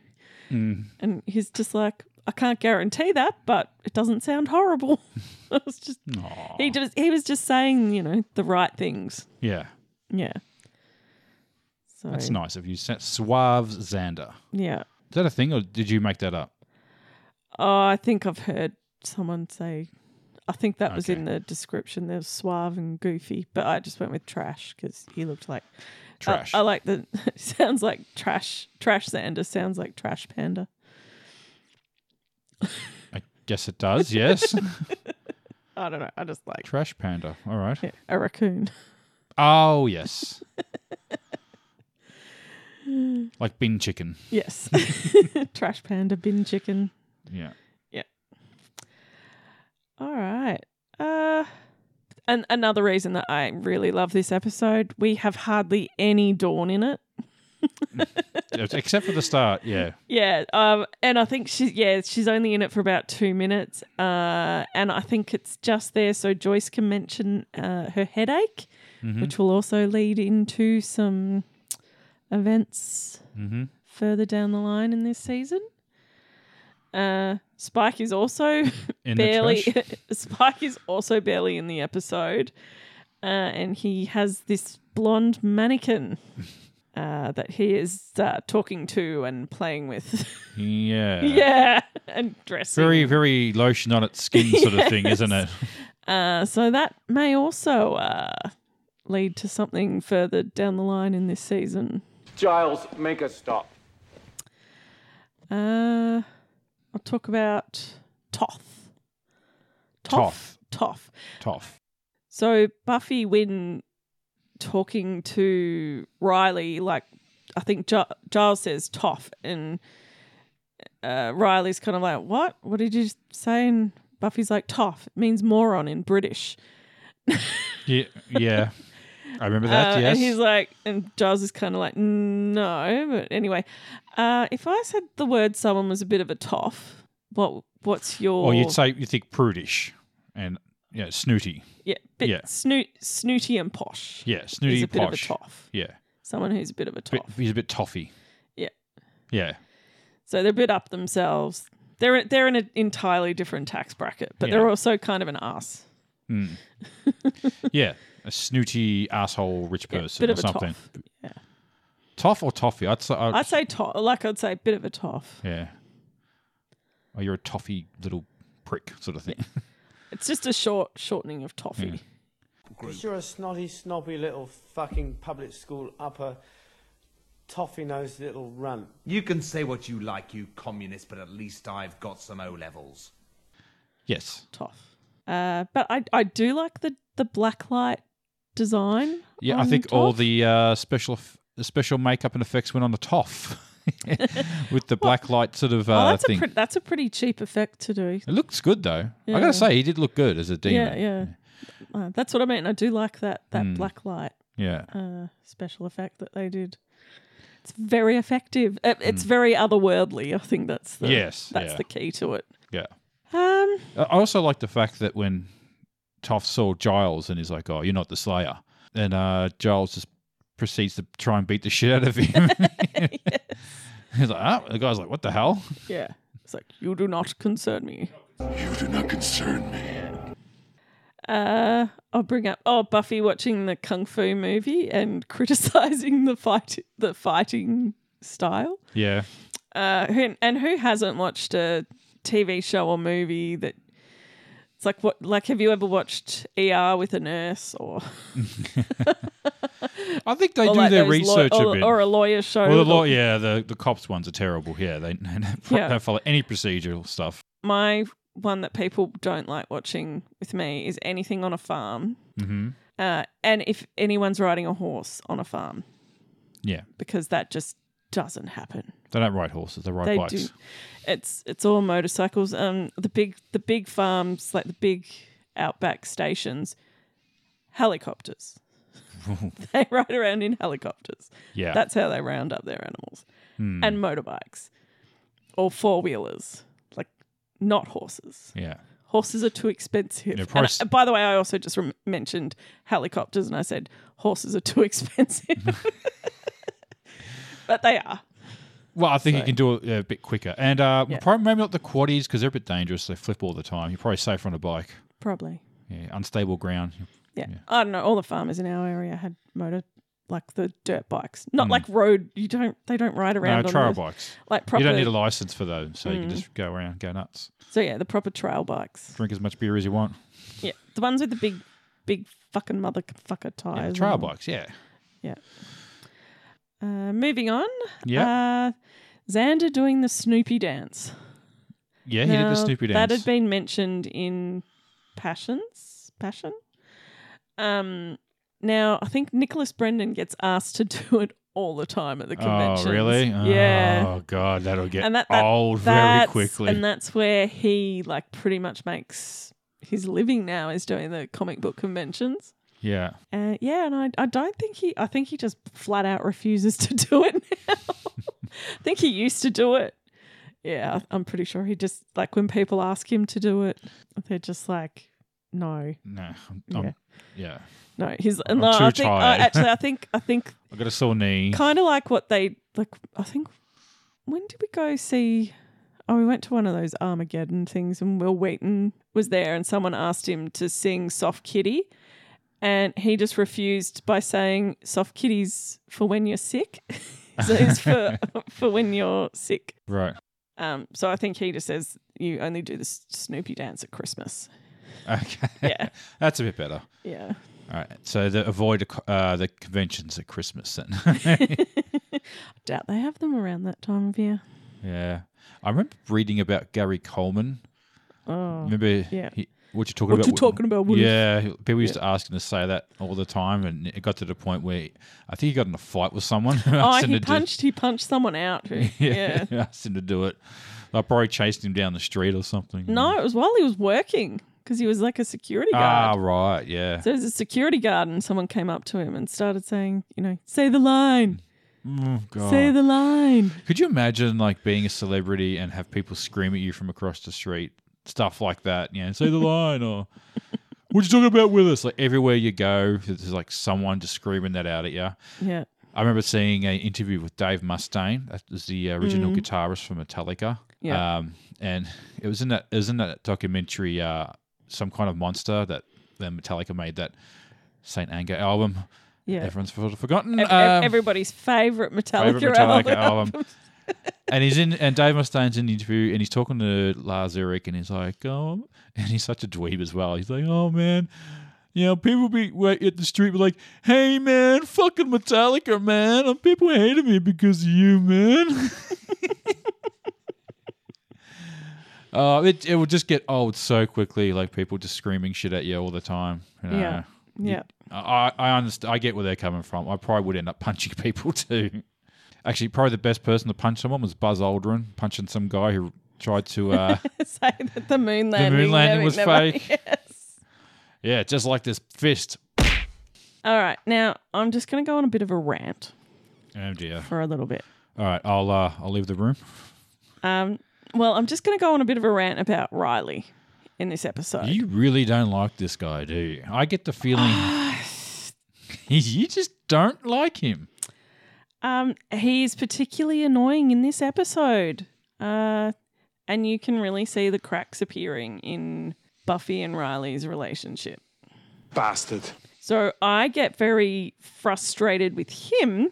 Speaker 3: and he's just like, I can't guarantee that, but it doesn't sound horrible. it was just
Speaker 2: Aw.
Speaker 3: he just he was just saying, you know, the right things.
Speaker 2: Yeah.
Speaker 3: Yeah. So
Speaker 2: That's nice of you. Sa- Suave Xander.
Speaker 3: yeah.
Speaker 2: Is that a thing or did you make that up?
Speaker 3: Uh, Oh, I think I've heard someone say. I think that was
Speaker 2: Okay.
Speaker 3: in the description. There's suave and goofy, but I just went with trash because he looked like I-
Speaker 2: Trash.
Speaker 3: I, like the sounds like trash. Trash Xander sounds like trash panda.
Speaker 2: I guess it does, yes.
Speaker 3: I don't know. I just like
Speaker 2: Trash Panda. All right.
Speaker 3: yeah, a raccoon.
Speaker 2: Oh, yes. like bin chicken.
Speaker 3: Yes, trash panda bin chicken.
Speaker 2: Yeah.
Speaker 3: All right. Uh and another reason that I really love this episode, we have hardly any dawn in it.
Speaker 2: Except for the start, yeah.
Speaker 3: Yeah, um, and I think she's yeah she's only in it for about two minutes, uh, and I think it's just there so Joyce can mention uh, her headache,
Speaker 2: Mm-hmm.
Speaker 3: which will also lead into some events
Speaker 2: Mhm.
Speaker 3: further down the line in this season. Uh, Spike is also
Speaker 2: In
Speaker 3: barely
Speaker 2: the trash.
Speaker 3: Spike is also barely in the episode, uh, and he has this blonde mannequin uh, that he is uh, talking to and playing with.
Speaker 2: Yeah.
Speaker 3: yeah, and dressing.
Speaker 2: Very, very lotion on its skin sort of thing, isn't it?
Speaker 3: Uh, so that may also uh, lead to something further down the line in this season.
Speaker 1: Giles, make us stop.
Speaker 3: Uh, I'll talk about Toth. Toth. Toth.
Speaker 2: Tough.
Speaker 3: So Buffy, when talking to Riley, like I think Gi- Giles says toff, and uh, Riley's kind of like, "What? What did you say?" And Buffy's like, "Toff it means moron in British."
Speaker 2: Yeah. yeah. I remember that,
Speaker 3: Uh,
Speaker 2: yes.
Speaker 3: And he's like, and Giles is kind of like, "No," but anyway, uh, if I said the word someone was a bit of a toff, what what's your?
Speaker 2: or you'd say you think prudish and yeah, snooty.
Speaker 3: yeah, bit
Speaker 2: yeah.
Speaker 3: snoot, snooty and posh.
Speaker 2: Yeah,
Speaker 3: is
Speaker 2: snooty
Speaker 3: a bit of a
Speaker 2: posh.
Speaker 3: toff.
Speaker 2: Yeah.
Speaker 3: Someone who's a bit of a
Speaker 2: Bit,
Speaker 3: toff.
Speaker 2: he's a bit toffy.
Speaker 3: Yeah.
Speaker 2: Yeah.
Speaker 3: So they're a bit up themselves. They're they're in an entirely different tax bracket, but
Speaker 2: Yeah.
Speaker 3: they're also kind of an ass.
Speaker 2: Yeah. A snooty asshole rich person
Speaker 3: bit
Speaker 2: or
Speaker 3: of a
Speaker 2: something.
Speaker 3: toff. Yeah.
Speaker 2: Toff or toffee? I'd say. I'd,
Speaker 3: I'd say toff like I'd say bit of a toff.
Speaker 2: yeah. Oh, you're a toffee little prick sort of thing.
Speaker 3: It's just a short shortening of toffee.
Speaker 4: Because you're a snotty, snobby little fucking public school upper, toffee nosed little runt.
Speaker 5: You can say what you like, you communist, but at least I've got some O levels.
Speaker 2: yes.
Speaker 3: Toff. Uh, but I I do like the the black light design.
Speaker 2: Yeah, I
Speaker 3: on
Speaker 2: think all
Speaker 3: Toff.
Speaker 2: the uh, special f- the special makeup and effects went on the toff with the black light sort of
Speaker 3: Oh,
Speaker 2: uh,
Speaker 3: that's a
Speaker 2: thing.
Speaker 3: pre- that's a pretty cheap effect to do.
Speaker 2: it looks good though. I
Speaker 3: Yeah.
Speaker 2: gotta say, he did look good as a
Speaker 3: Yeah,
Speaker 2: demon.
Speaker 3: yeah. Uh, that's what I meant. I do like that that
Speaker 2: Hmm.
Speaker 3: black light
Speaker 2: yeah.
Speaker 3: uh, special effect that they did. It's very effective. It, It's very otherworldly. I think that's the
Speaker 2: Hmm. Yes,
Speaker 3: that's
Speaker 2: yeah.
Speaker 3: the key to it.
Speaker 2: yeah.
Speaker 3: Um,
Speaker 2: I I also like the fact that when Toph saw Giles and he's like, "Oh, you're not the Slayer," and uh, Giles just proceeds to try and beat the shit out of him. He's like, ah, the guy's like, "What the hell?"
Speaker 3: yeah, it's like you do not concern me.
Speaker 6: You do not concern me.
Speaker 3: Uh, I'll bring up oh Buffy watching the kung fu movie and criticizing the fight the fighting style.
Speaker 2: Yeah,
Speaker 3: Uh, who, and who hasn't watched a TV show or movie that it's like what like have you ever watched ER with a nurse or
Speaker 2: I think they
Speaker 3: or
Speaker 2: do
Speaker 3: like
Speaker 2: their
Speaker 3: those law-
Speaker 2: research
Speaker 3: or,
Speaker 2: a bit.
Speaker 3: or a lawyer show?
Speaker 2: well, the
Speaker 3: with
Speaker 2: law,
Speaker 3: a-
Speaker 2: yeah, the, the cops ones are terrible. Yeah, they
Speaker 3: Yeah.
Speaker 2: don't follow any procedural stuff.
Speaker 3: My one that people don't like watching with me is anything on a farm,
Speaker 2: hmm
Speaker 3: uh, and if anyone's riding a horse on a farm
Speaker 2: Yeah,
Speaker 3: because that just doesn't happen.
Speaker 2: they don't ride horses; they ride
Speaker 3: they
Speaker 2: bikes.
Speaker 3: do. It's it's all motorcycles. Um, the big the big farms like the big outback stations, helicopters. they ride around in helicopters.
Speaker 2: Yeah,
Speaker 3: That's how they round up their animals, and motorbikes, or four wheelers, like not horses.
Speaker 2: yeah,
Speaker 3: Horses are too expensive.
Speaker 2: Yeah,
Speaker 3: And
Speaker 2: price-
Speaker 3: I- by the way, I also just rem- mentioned helicopters, and I said horses are too expensive, but they are.
Speaker 2: Well, I think you can do it uh, a bit quicker, and uh, probably maybe not the quaddies because they're a bit dangerous. They flip all the time. You're probably safer on a bike.
Speaker 3: Probably.
Speaker 2: Yeah, unstable ground.
Speaker 3: Yeah. I don't know. All the farmers in our area had motor, like the dirt bikes, not like road. You don't. They don't ride
Speaker 2: Mm. No,
Speaker 3: around on
Speaker 2: trail
Speaker 3: the-
Speaker 2: bikes.
Speaker 3: like proper. Mm-hmm.
Speaker 2: You don't need a license for those, so you can just go around, go nuts,
Speaker 3: so yeah, the proper trail bikes.
Speaker 2: drink as much beer as you want.
Speaker 3: Yeah, the ones with the big, big fucking mother fucker tires.
Speaker 2: Yeah,
Speaker 3: on
Speaker 2: trail
Speaker 3: them.
Speaker 2: bikes, yeah,
Speaker 3: Yeah. Uh, moving on.
Speaker 2: yeah,
Speaker 3: Uh, Xander doing the Snoopy dance.
Speaker 2: yeah. He did the
Speaker 3: Now,
Speaker 2: Snoopy
Speaker 3: That
Speaker 2: dance.
Speaker 3: had been mentioned in Passions. Passion. Um. Now I think Nicholas Brendan gets asked to do it all the time at the
Speaker 2: oh,
Speaker 3: convention.
Speaker 2: really?
Speaker 3: Yeah.
Speaker 2: Oh god, that'll get
Speaker 3: and that, that
Speaker 2: old very
Speaker 3: that's-
Speaker 2: quickly.
Speaker 3: And that's where he like pretty much makes his living now is doing the comic book conventions.
Speaker 2: yeah.
Speaker 3: Uh, yeah, and I, I don't think he. I think he just flat out refuses to do it now. I think he used to do it. Yeah, I- I'm pretty sure he just like when people ask him to do it, they're just like, no,
Speaker 2: No. I'm, I'm, yeah.
Speaker 3: no. He's
Speaker 2: I'm
Speaker 3: no. I
Speaker 2: too
Speaker 3: think I,
Speaker 2: tired.
Speaker 3: actually, I think I think
Speaker 2: I got a sore knee.
Speaker 3: kind of like what they like. I think when did we go see? Oh, we went to one of those Armageddon things, and Will Wheaton was there, and someone asked him to sing "Soft Kitty," and he just refused by saying "Soft Kitty's for when you're sick." so it's for for when you're sick.
Speaker 2: Right.
Speaker 3: Um, so I think he just says you only do this Snoopy dance at Christmas.
Speaker 2: Okay.
Speaker 3: Yeah.
Speaker 2: That's a bit better.
Speaker 3: Yeah.
Speaker 2: All right. So the avoid a co- uh, the conventions at Christmas then.
Speaker 3: Doubt they have them around that time of year.
Speaker 2: yeah. I remember reading about Gary Coleman. Oh. Remember
Speaker 3: yeah.
Speaker 2: he- what you're talking
Speaker 3: What
Speaker 2: about?
Speaker 3: you talking about, Willis?
Speaker 2: Yeah, he- people used to ask him to say that all the time, and it got to the point where he- I think he got in a fight with someone. who
Speaker 3: Oh,
Speaker 2: asked him
Speaker 3: he
Speaker 2: to do-
Speaker 3: punched he punched someone out. Who, yeah.
Speaker 2: yeah, asked him to do it. I probably chased him down the street or something.
Speaker 3: No, it was while he was working because he was like a security
Speaker 2: Ah,
Speaker 3: guard.
Speaker 2: right. Yeah.
Speaker 3: So there's a security guard, and someone came up to him and started saying, you know, say the line,
Speaker 2: Oh, God.
Speaker 3: say the line.
Speaker 2: Could you imagine like being a celebrity and have people scream at you from across the street? Stuff like that, you know, say the line or what you talking about with us? Like everywhere you go, there's like someone just screaming that out at you.
Speaker 3: Yeah.
Speaker 2: I remember seeing an interview with Dave Mustaine. That was the original guitarist for Metallica.
Speaker 3: Mm. Yeah.
Speaker 2: Um, and it was in that it was in that documentary, uh, some kind of monster that then Metallica made that Saint Anger album.
Speaker 3: Yeah.
Speaker 2: Everyone's for- forgotten.
Speaker 3: Ev- ev-
Speaker 2: Um,
Speaker 3: everybody's favorite Metallica,
Speaker 2: favorite Metallica
Speaker 3: album.
Speaker 2: album. and he's in, and Dave Mustaine's in the interview, and he's talking to Lars Eric, and he's like, "Oh," and he's such a dweeb as well. He's like, "Oh man." You know, people be wait, at the street be like, "Hey man, fucking Metallica, man! And people hated me because of you, man." uh, it it will just get old so quickly, like people just screaming shit at you all the time. you know.
Speaker 3: Yeah. Yeah.
Speaker 2: I, I understand. I get where they're coming from. I probably would end up punching people too. Actually, probably the best person to punch someone was Buzz Aldrin, punching some guy who tried to. Uh,
Speaker 3: Say that the moon
Speaker 2: the
Speaker 3: landing,
Speaker 2: moon landing
Speaker 3: never-
Speaker 2: was
Speaker 3: never-
Speaker 2: fake.
Speaker 3: Yes.
Speaker 2: Yeah, just like this fist.
Speaker 3: All right. Now, I'm just going to go on a bit of a rant
Speaker 2: Oh dear.
Speaker 3: for a little bit.
Speaker 2: All right, I'll uh, I'll leave the room.
Speaker 3: Um, well, I'm just going to go on a bit of a rant about Riley in this episode.
Speaker 2: You really don't like this guy, do you? I get the feeling you just don't like him.
Speaker 3: Um, he's particularly annoying in this episode. Uh, and you can really see the cracks appearing in Buffy and Riley's relationship.
Speaker 6: Bastard.
Speaker 3: So I get very frustrated with him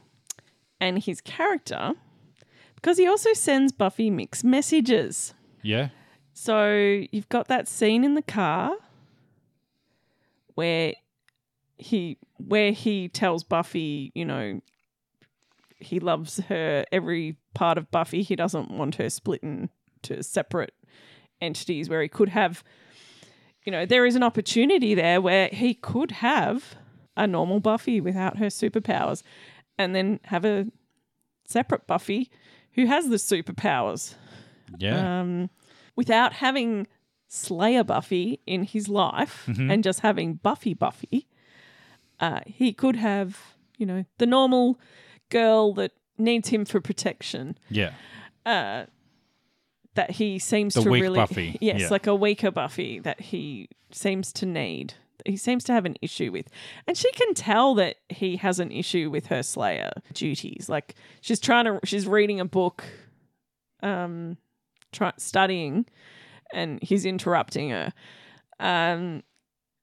Speaker 3: and his character because he also sends Buffy mixed messages.
Speaker 2: Yeah.
Speaker 3: So you've got that scene in the car where he where he tells Buffy, you know, he loves her every part of Buffy. He doesn't want her split into separate entities where he could have you know, there is an opportunity there where he could have a normal Buffy without her superpowers and then have a separate Buffy who has the superpowers
Speaker 2: Yeah.
Speaker 3: um, without having Slayer Buffy in his life
Speaker 2: Mm-hmm.
Speaker 3: and just having Buffy Buffy, uh, he could have, you know, the normal girl that needs him for protection
Speaker 2: yeah.
Speaker 3: that he seems
Speaker 2: The
Speaker 3: to
Speaker 2: weak
Speaker 3: really.
Speaker 2: Buffy,
Speaker 3: Yes,
Speaker 2: yeah.
Speaker 3: like a weaker Buffy that he seems to need. that He seems to have an issue with. And she can tell that he has an issue with her Slayer duties. Like she's trying to, she's reading a book, um, try, studying, and he's interrupting her. Um,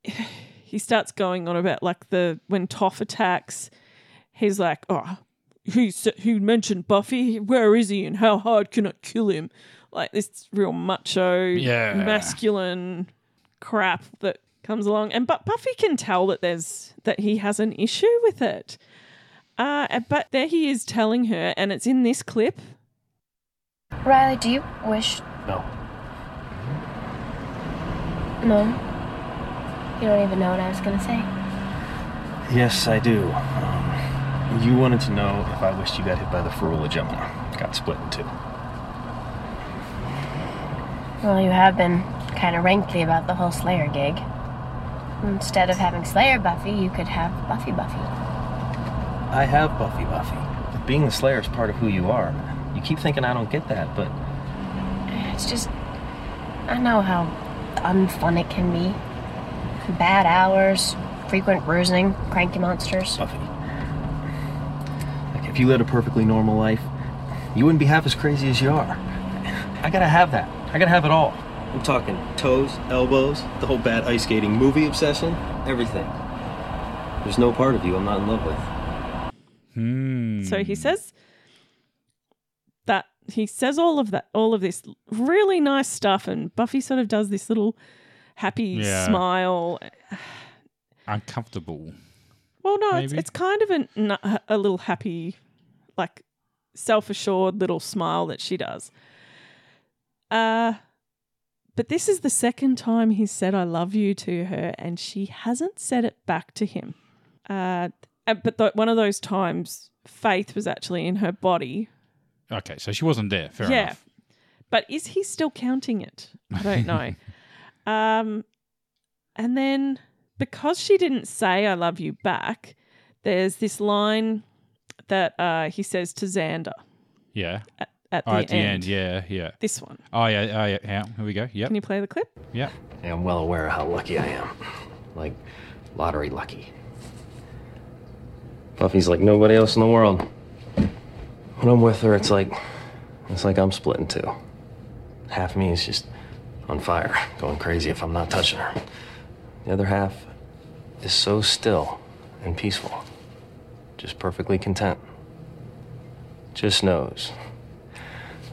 Speaker 3: he starts going on about like the when Toph attacks, he's like, "Oh, he sa- he mentioned Buffy. Where is he? And how hard can I kill him?" Like this real macho,
Speaker 2: Yeah.
Speaker 3: masculine crap that comes along, and but Buffy can tell that there's that he has an issue with it. Uh, and- but there he is telling her, and it's in this clip.
Speaker 7: Riley, do you wish?
Speaker 8: No.
Speaker 7: No. You don't even know what I was gonna say.
Speaker 8: Yes, I do. Um, you wanted to know if I wished you got hit by the ferula Gemini. Got split in two.
Speaker 7: Well, you have been kind of rankly about the whole Slayer gig. Instead of having Slayer Buffy, you could have Buffy Buffy.
Speaker 8: I have Buffy Buffy. But being the Slayer is part of who you are. You keep thinking I don't get that, but
Speaker 7: It's just, I know how unfun it can be. Bad hours, frequent bruising, cranky monsters.
Speaker 8: Buffy. Like, if you led a perfectly normal life, you wouldn't be half as crazy as you are. I gotta have that. I gotta have it all. I'm talking toes, elbows, the whole bad ice skating movie obsession, everything. There's no part of you I'm not in love with.
Speaker 3: So
Speaker 2: Hmm.
Speaker 3: he says that he says all of that, all of this really nice stuff, and Buffy sort of does this little happy
Speaker 2: Yeah.
Speaker 3: smile.
Speaker 2: Uncomfortable.
Speaker 3: Well, no, it's,
Speaker 2: Maybe.
Speaker 3: it's kind of a n- a little happy, like self assured little smile that she does. Uh, but this is the second time he's said "I love you" to her, and she hasn't said it back to him. Uh, and- but th- one of those times, Faith was actually in her body
Speaker 2: Okay, so she wasn't there. Fair
Speaker 3: yeah.
Speaker 2: enough.
Speaker 3: But is he still counting it? I don't know. um, and then because she didn't say "I love you" back, there's this line that uh, he says to Xander
Speaker 2: Yeah.
Speaker 3: at the,
Speaker 2: Oh, at the
Speaker 3: end.
Speaker 2: end. Yeah. Yeah.
Speaker 3: This one.
Speaker 2: Oh yeah. Oh yeah. yeah. Here we go. Yep.
Speaker 3: Can you play the clip?
Speaker 2: Yep.
Speaker 8: And I'm well aware of how lucky I am. Like, lottery lucky. Buffy's like nobody else in the world. When I'm with her, it's like it's like I'm split in two. Half me is just on fire, going crazy if I'm not touching her. The other half is so still and peaceful, just perfectly content. Just knows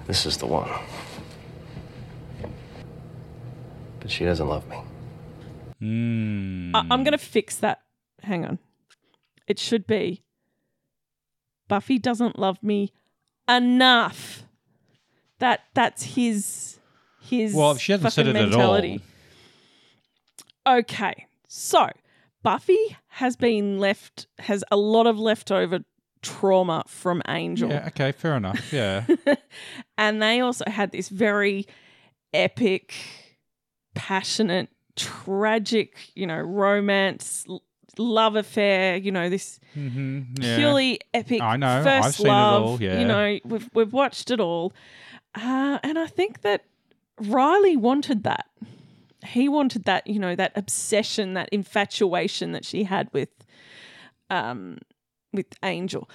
Speaker 8: this is the one. But she doesn't love me.
Speaker 3: I- I'm
Speaker 2: Hmm.
Speaker 3: going to fix that. Hang on. It should be Buffy doesn't love me enough. That that's his his
Speaker 2: Well, if she hasn't said
Speaker 3: fucking
Speaker 2: it at all.
Speaker 3: mentality. Okay. So, Buffy has been left has a lot of leftover trauma from Angel.
Speaker 2: Yeah, okay, fair enough. Yeah.
Speaker 3: And they also had this very epic, passionate, tragic, you know, romance, l- love affair, you know, this
Speaker 2: hmm yeah.
Speaker 3: purely epic
Speaker 2: I know,
Speaker 3: 1st
Speaker 2: I've seen it
Speaker 3: love.
Speaker 2: all, yeah.
Speaker 3: You know, we've we've watched it all. Uh, and I think that Riley wanted that. He wanted that, you know, that obsession, that infatuation that she had with um with Angel.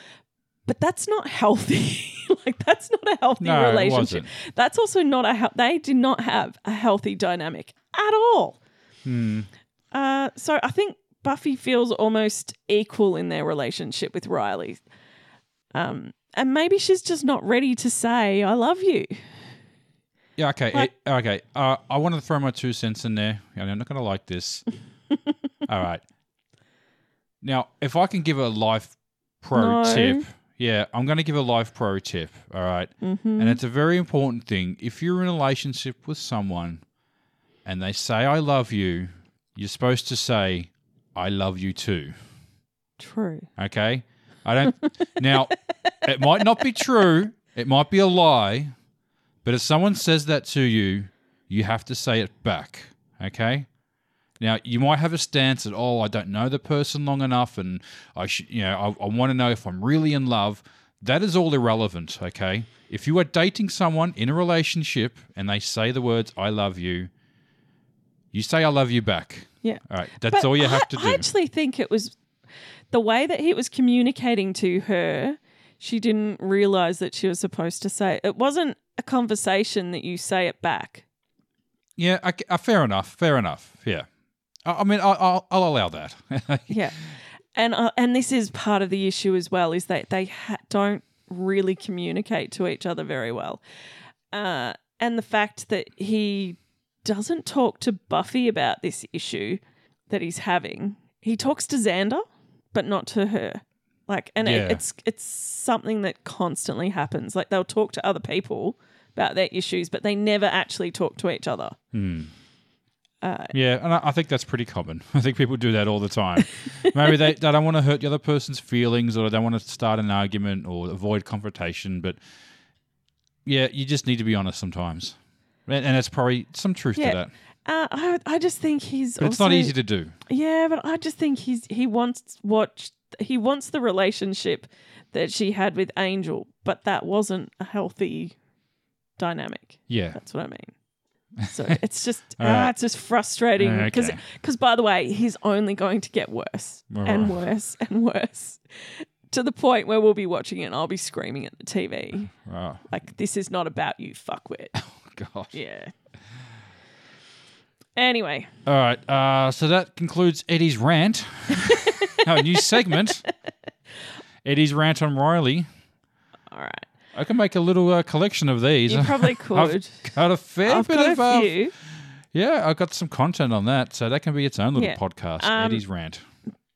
Speaker 3: But that's not healthy. like that's not a healthy
Speaker 2: No, it
Speaker 3: relationship.
Speaker 2: wasn't.
Speaker 3: That's also not a hel- they did not have a healthy dynamic at all.
Speaker 2: Hmm.
Speaker 3: Uh, so I think Buffy feels almost equal in their relationship with Riley. Um, and maybe she's just not ready to say, I love you.
Speaker 2: Yeah, okay.
Speaker 3: Like-
Speaker 2: it- okay. Uh, I want to throw my two cents in there. and I'm not going to like this. All right. Now, if I can give a life pro
Speaker 3: No.
Speaker 2: tip, yeah, I'm going to give a life pro tip. All right?
Speaker 3: Mm-hmm.
Speaker 2: And it's a very important thing. If you're in a relationship with someone and they say, I love you, you're supposed to say, I love you too.
Speaker 3: True.
Speaker 2: Okay. I don't. now, it might not be true. It might be a lie. But if someone says that to you, you have to say it back. Okay. Now, you might have a stance that, oh, I don't know the person long enough and I should, you know, I, I want to know if I'm really in love. That is all irrelevant. Okay. If you are dating someone in a relationship and they say the words, I love you, you say, I love you back.
Speaker 3: Yeah.
Speaker 2: All right. That's all you
Speaker 3: I-
Speaker 2: have to do.
Speaker 3: I actually think it was the way that he was communicating to her, she didn't realize that she was supposed to say it wasn't a conversation that you say it back.
Speaker 2: Yeah, I, I- fair enough. Fair enough. Yeah. I, I mean, I, I'll, I'll allow that.
Speaker 3: Yeah. And uh, and this is part of the issue as well is that they ha- don't really communicate to each other very well. Uh, and the fact that he doesn't talk to Buffy about this issue that he's having. He talks to Xander, but not to her. Like and
Speaker 2: Yeah.
Speaker 3: it, it's it's something that constantly happens. Like they'll talk to other people about their issues, but they never actually talk to each other.
Speaker 2: yeah, and I, I think that's pretty common. I think people do that all the time. Maybe they, they don't want to hurt the other person's feelings or they don't want to start an argument or avoid confrontation. But yeah, you just need to be honest sometimes. And, and that's probably some truth
Speaker 3: Yeah.
Speaker 2: to that.
Speaker 3: Uh, I, I just think he's
Speaker 2: But it's not
Speaker 3: also-
Speaker 2: easy to do.
Speaker 3: Yeah, but I just think he's he wants what he wants the relationship that she had with Angel, but that wasn't a healthy dynamic.
Speaker 2: Yeah.
Speaker 3: That's what I mean. So it's just
Speaker 2: All right.
Speaker 3: ah, it's just frustrating because
Speaker 2: Okay.
Speaker 3: by the way, he's only going to get worse
Speaker 2: All
Speaker 3: and
Speaker 2: right.
Speaker 3: worse and worse to the point where we'll be watching it and I'll be screaming at the TV
Speaker 2: Right.
Speaker 3: like this is not about you, fuckwit.
Speaker 2: Gosh.
Speaker 3: yeah. Anyway,
Speaker 2: All right. Uh, so that concludes Eddie's rant. Our new segment Eddie's rant on Riley.
Speaker 3: all right.
Speaker 2: I can make a little uh, collection of these.
Speaker 3: You probably could.
Speaker 2: I've got a fair
Speaker 3: I've
Speaker 2: bit
Speaker 3: got
Speaker 2: of.
Speaker 3: a
Speaker 2: uh,
Speaker 3: few.
Speaker 2: yeah, I've got some content on that, so that can be its own little
Speaker 3: Yeah.
Speaker 2: podcast.
Speaker 3: Um,
Speaker 2: Eddie's rant.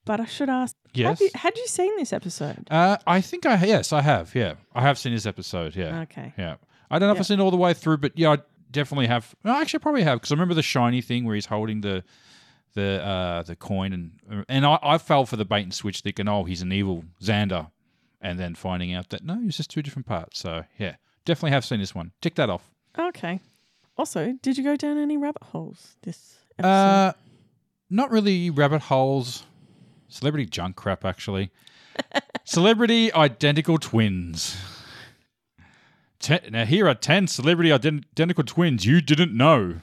Speaker 3: But I should ask.
Speaker 2: Yes?
Speaker 3: Have you, had you seen this episode?
Speaker 2: Uh, I think I yes, I have. Yeah, I have seen this episode. Yeah.
Speaker 3: Okay.
Speaker 2: Yeah. I don't know if I've seen it all the way through, but yeah, I definitely have. No, actually, I probably have because I remember the shiny thing where he's holding the the uh, the coin, and and I, I fell for the bait and switch, thinking, oh, he's an evil Xander, and then finding out that no, it's just two different parts. So yeah, definitely have seen this one. Tick that off.
Speaker 3: Okay. Also, did you go down any rabbit holes this episode?
Speaker 2: Uh, not really rabbit holes. Celebrity junk crap, actually. celebrity identical twins. Ten, now here are ten celebrity ident- identical twins you didn't know.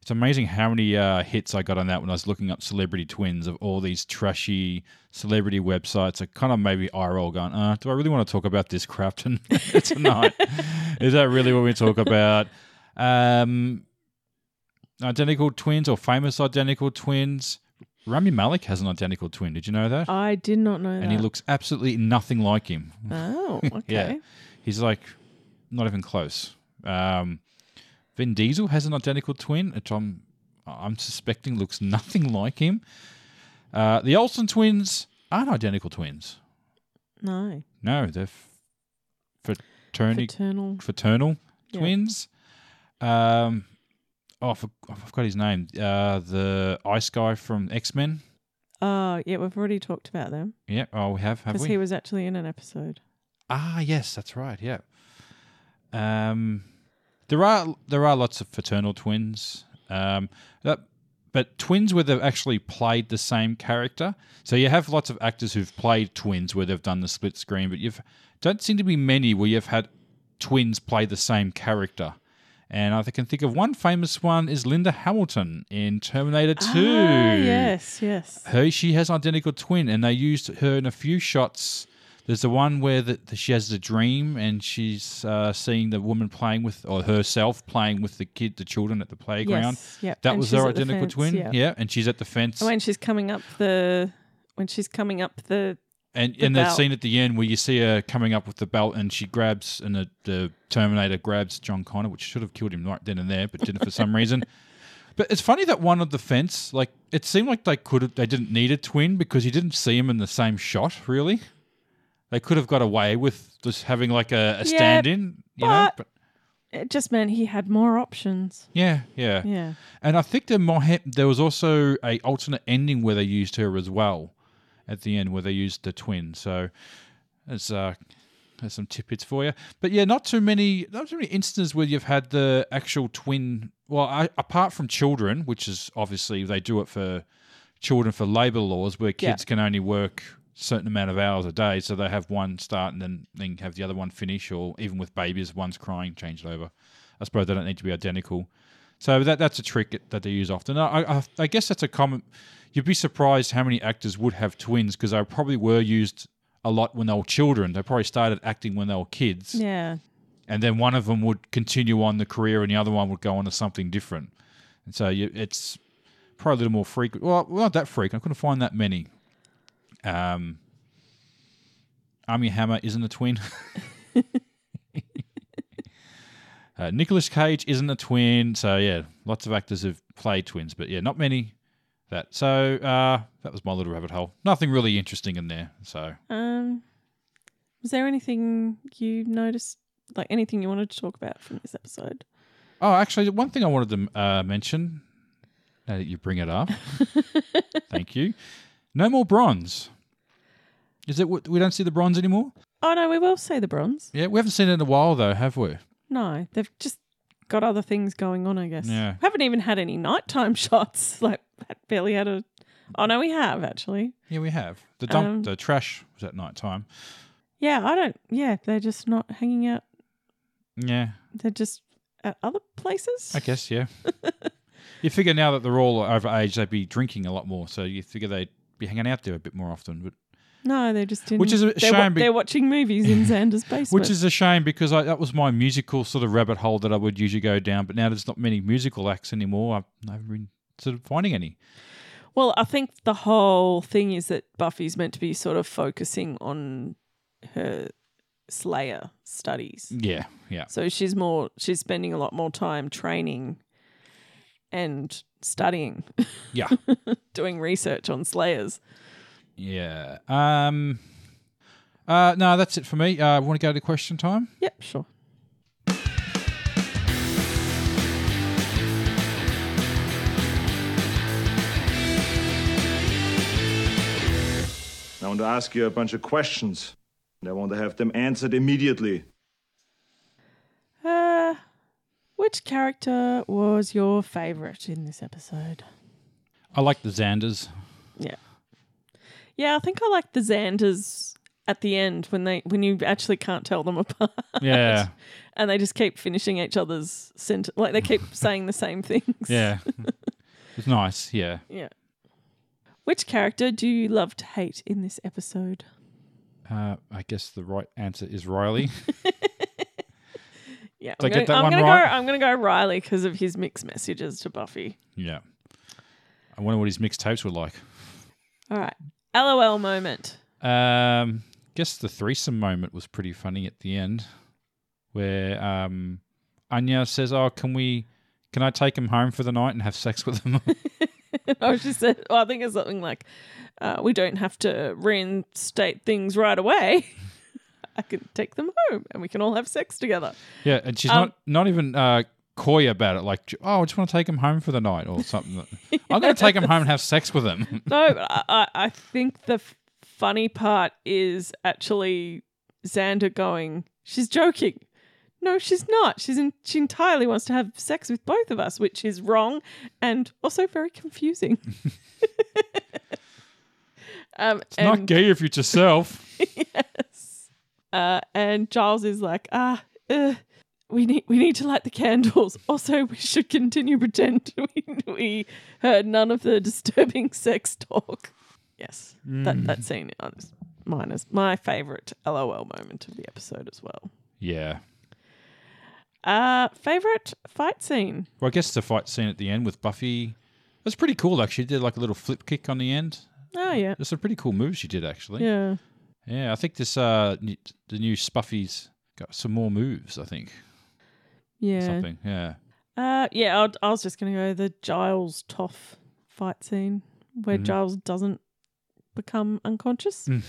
Speaker 2: It's amazing how many uh, hits I got on that when I was looking up celebrity twins of all these trashy celebrity websites. I kind of maybe IRL going, uh, do I really want to talk about this crap ton- tonight? Is that really what we talk about? Um, identical twins or famous identical twins. Rami Malik has an identical twin. Did you know that?
Speaker 3: I did not know that.
Speaker 2: and he looks absolutely nothing like him.
Speaker 3: Oh, okay.
Speaker 2: Yeah. He's like not even close. Um, Vin Diesel has an identical twin, which I'm I'm suspecting looks nothing like him. Uh, the Olsen twins aren't identical twins.
Speaker 3: No.
Speaker 2: No, they're f- fraternity
Speaker 3: Paternal.
Speaker 2: fraternal
Speaker 3: Yeah.
Speaker 2: twins. Um, oh, I, for, I forgot his name. Uh, the ice guy from X Men.
Speaker 3: Oh, yeah, we've already talked about them
Speaker 2: Yeah, oh, we have, have
Speaker 3: because
Speaker 2: we?
Speaker 3: he was actually in an episode.
Speaker 2: Ah, yes, that's right. Yeah. Um, there are there are lots of fraternal twins. Um, that, but twins where they've actually played the same character. So you have lots of actors who've played twins where they've done the split screen, but you've don't seem to be many where you've had twins play the same character. And I can think of one famous one is Linda Hamilton in Terminator Two.
Speaker 3: Ah, yes, yes.
Speaker 2: Her, she has an identical twin, and they used her in a few shots. There's the one where the, the- she has the dream, and she's uh, seeing the woman playing with, or herself playing with the kid, the children at the playground.
Speaker 3: Yes, yep.
Speaker 2: That
Speaker 3: And
Speaker 2: was
Speaker 3: she's
Speaker 2: their
Speaker 3: at the
Speaker 2: identical
Speaker 3: fence,
Speaker 2: twin.
Speaker 3: yeah.
Speaker 2: and she's at the fence,
Speaker 3: And When she's coming up the, when she's coming up the,
Speaker 2: and
Speaker 3: the
Speaker 2: and that
Speaker 3: belt.
Speaker 2: scene at the end where you see her coming up with the belt, and she grabs, and the, the Terminator grabs John Connor, which should have killed him right then and there, but didn't for some reason. But it's funny that one of the fence, like it seemed like they could have, they didn't need a twin because you didn't see him in the same shot, really. They could have got away with just having like a, a stand-in, you know.
Speaker 3: but- it eh, just meant he had more options.
Speaker 2: yeah, yeah,
Speaker 3: Yeah.
Speaker 2: And I think there might ha- there was also a alternate ending where they used her as well at the end, where they used the twin. So there's uh, there's some tidbits for you. But yeah, not too many not too many instances where you've had the actual twin. Well, I, apart from children, which is obviously they do it for children for labour laws, where
Speaker 3: Yeah.
Speaker 2: kids can only work certain amount of hours a day, so they have one start and then then have the other one finish, or even with babies, one's crying, change it over. I suppose they don't need to be identical. So that that's a trick that they use often. I, I, I guess that's a common. You'd be surprised how many actors would have twins because they probably were used a lot when they were children. They probably started acting when they were kids,
Speaker 3: Yeah.
Speaker 2: and then one of them would continue on the career, and the other one would go on to something different. And so you, it's probably a little more frequent. Well, not that frequent. I couldn't find that many. Um, Army Hammer isn't a twin. Uh, Nicholas Cage isn't a twin, so yeah, lots of actors have played twins, but yeah, not many that. So uh, that was my little rabbit hole. Nothing really interesting in there. So
Speaker 3: Um, was there anything you noticed, like anything you wanted to talk about from this episode?
Speaker 2: oh, actually, one thing I wanted to uh, mention now that you bring it up, thank you. No more bronze. Is it we don't see the bronze anymore?
Speaker 3: Oh no, we will say the bronze.
Speaker 2: Yeah, we haven't seen it in a while though, have we?
Speaker 3: No, they've just got other things going on, I guess.
Speaker 2: Yeah.
Speaker 3: Haven't even had any nighttime shots. Like, had- barely had a. Oh, no, we have actually.
Speaker 2: Yeah, we have. The dump,
Speaker 3: Um,
Speaker 2: the trash was at night time.
Speaker 3: Yeah, I don't. Yeah, they're just not hanging out.
Speaker 2: Yeah,
Speaker 3: They're just at other places.
Speaker 2: I guess, yeah. you figure now that they're all over age, they'd be drinking a lot more, so you figure they'd be hanging out there a bit more often. But
Speaker 3: No, they're just in.
Speaker 2: Which is a
Speaker 3: they're wa-
Speaker 2: shame be-
Speaker 3: they're watching movies in Xander's basement.
Speaker 2: which is a shame because I, that was my musical sort of rabbit hole that I would usually go down. But now there's not many musical acts anymore. I've- I haven't been sort of finding any.
Speaker 3: Well, I think the whole thing is that Buffy's meant to be sort of focusing on her Slayer studies.
Speaker 2: Yeah, yeah,
Speaker 3: So she's more she's spending a lot more time training and studying,
Speaker 2: yeah,
Speaker 3: doing research on Slayers.
Speaker 2: yeah. Um, uh, no, that's it for me. Uh, want to go to question time?
Speaker 3: Yep, sure.
Speaker 9: I want to ask you a bunch of questions, and I want to have them answered immediately.
Speaker 3: Uh which character was your favorite in this episode?
Speaker 2: I like the Xanders.
Speaker 3: Yeah. Yeah, I think I like the Xanders at the end when they when you actually can't tell them apart.
Speaker 2: Yeah,
Speaker 3: and they just keep finishing each other's sentence. Like they keep saying the same things.
Speaker 2: Yeah. it's nice. Yeah.
Speaker 3: Yeah. Which character do you love to hate in this episode?
Speaker 2: Uh, I guess the right answer is Riley.
Speaker 3: Yeah,
Speaker 2: Did I get
Speaker 3: I'm gonna,
Speaker 2: that
Speaker 3: I'm
Speaker 2: one
Speaker 3: gonna
Speaker 2: right?
Speaker 3: go. I'm gonna go Riley because of his mixed messages to Buffy.
Speaker 2: yeah. I wonder what his mixtapes were like.
Speaker 3: All right, LOL moment.
Speaker 2: Um, guess the threesome moment was pretty funny at the end, where um, Anya says, "Oh, can we? Can I take him home for the night and have sex with him?"
Speaker 3: I was just said. Well, I think it's something like, uh, "We don't have to reinstate things right away. I can take them home, and we can all have sex together."
Speaker 2: yeah, and she's
Speaker 3: Um,
Speaker 2: not not even uh, coy about it. Like, "Oh, I just want to take him home for the night" or something. I'm going to take him home and have sex with him.
Speaker 3: No, but I, I, I think the f- funny part is actually Xander going, she's joking. No, she's not. She's in, she entirely wants to have sex with both of us, which is wrong and also very confusing. um, and,
Speaker 2: not gay if it's yourself.
Speaker 3: uh, and Giles is like, ah, uh, we need we need to light the candles. Also, we should continue pretend we, we heard none of the disturbing sex talk. Yes, that that scene is mine is my favorite LOL moment of the episode as well.
Speaker 2: yeah.
Speaker 3: Uh, favorite fight scene.
Speaker 2: Well, I guess the fight scene at the end with Buffy was pretty cool. Actually, she did like a little flip kick on the end.
Speaker 3: Oh yeah,
Speaker 2: There's some pretty cool moves she did actually.
Speaker 3: yeah.
Speaker 2: Yeah, I think this uh n- the new Spuffy's got some more moves. I think
Speaker 3: Yeah.
Speaker 2: something. Yeah,
Speaker 3: Uh, yeah. I'll, I was just gonna go the Giles Toff fight scene where
Speaker 2: Mm-hmm.
Speaker 3: Giles doesn't become unconscious,
Speaker 2: Mm.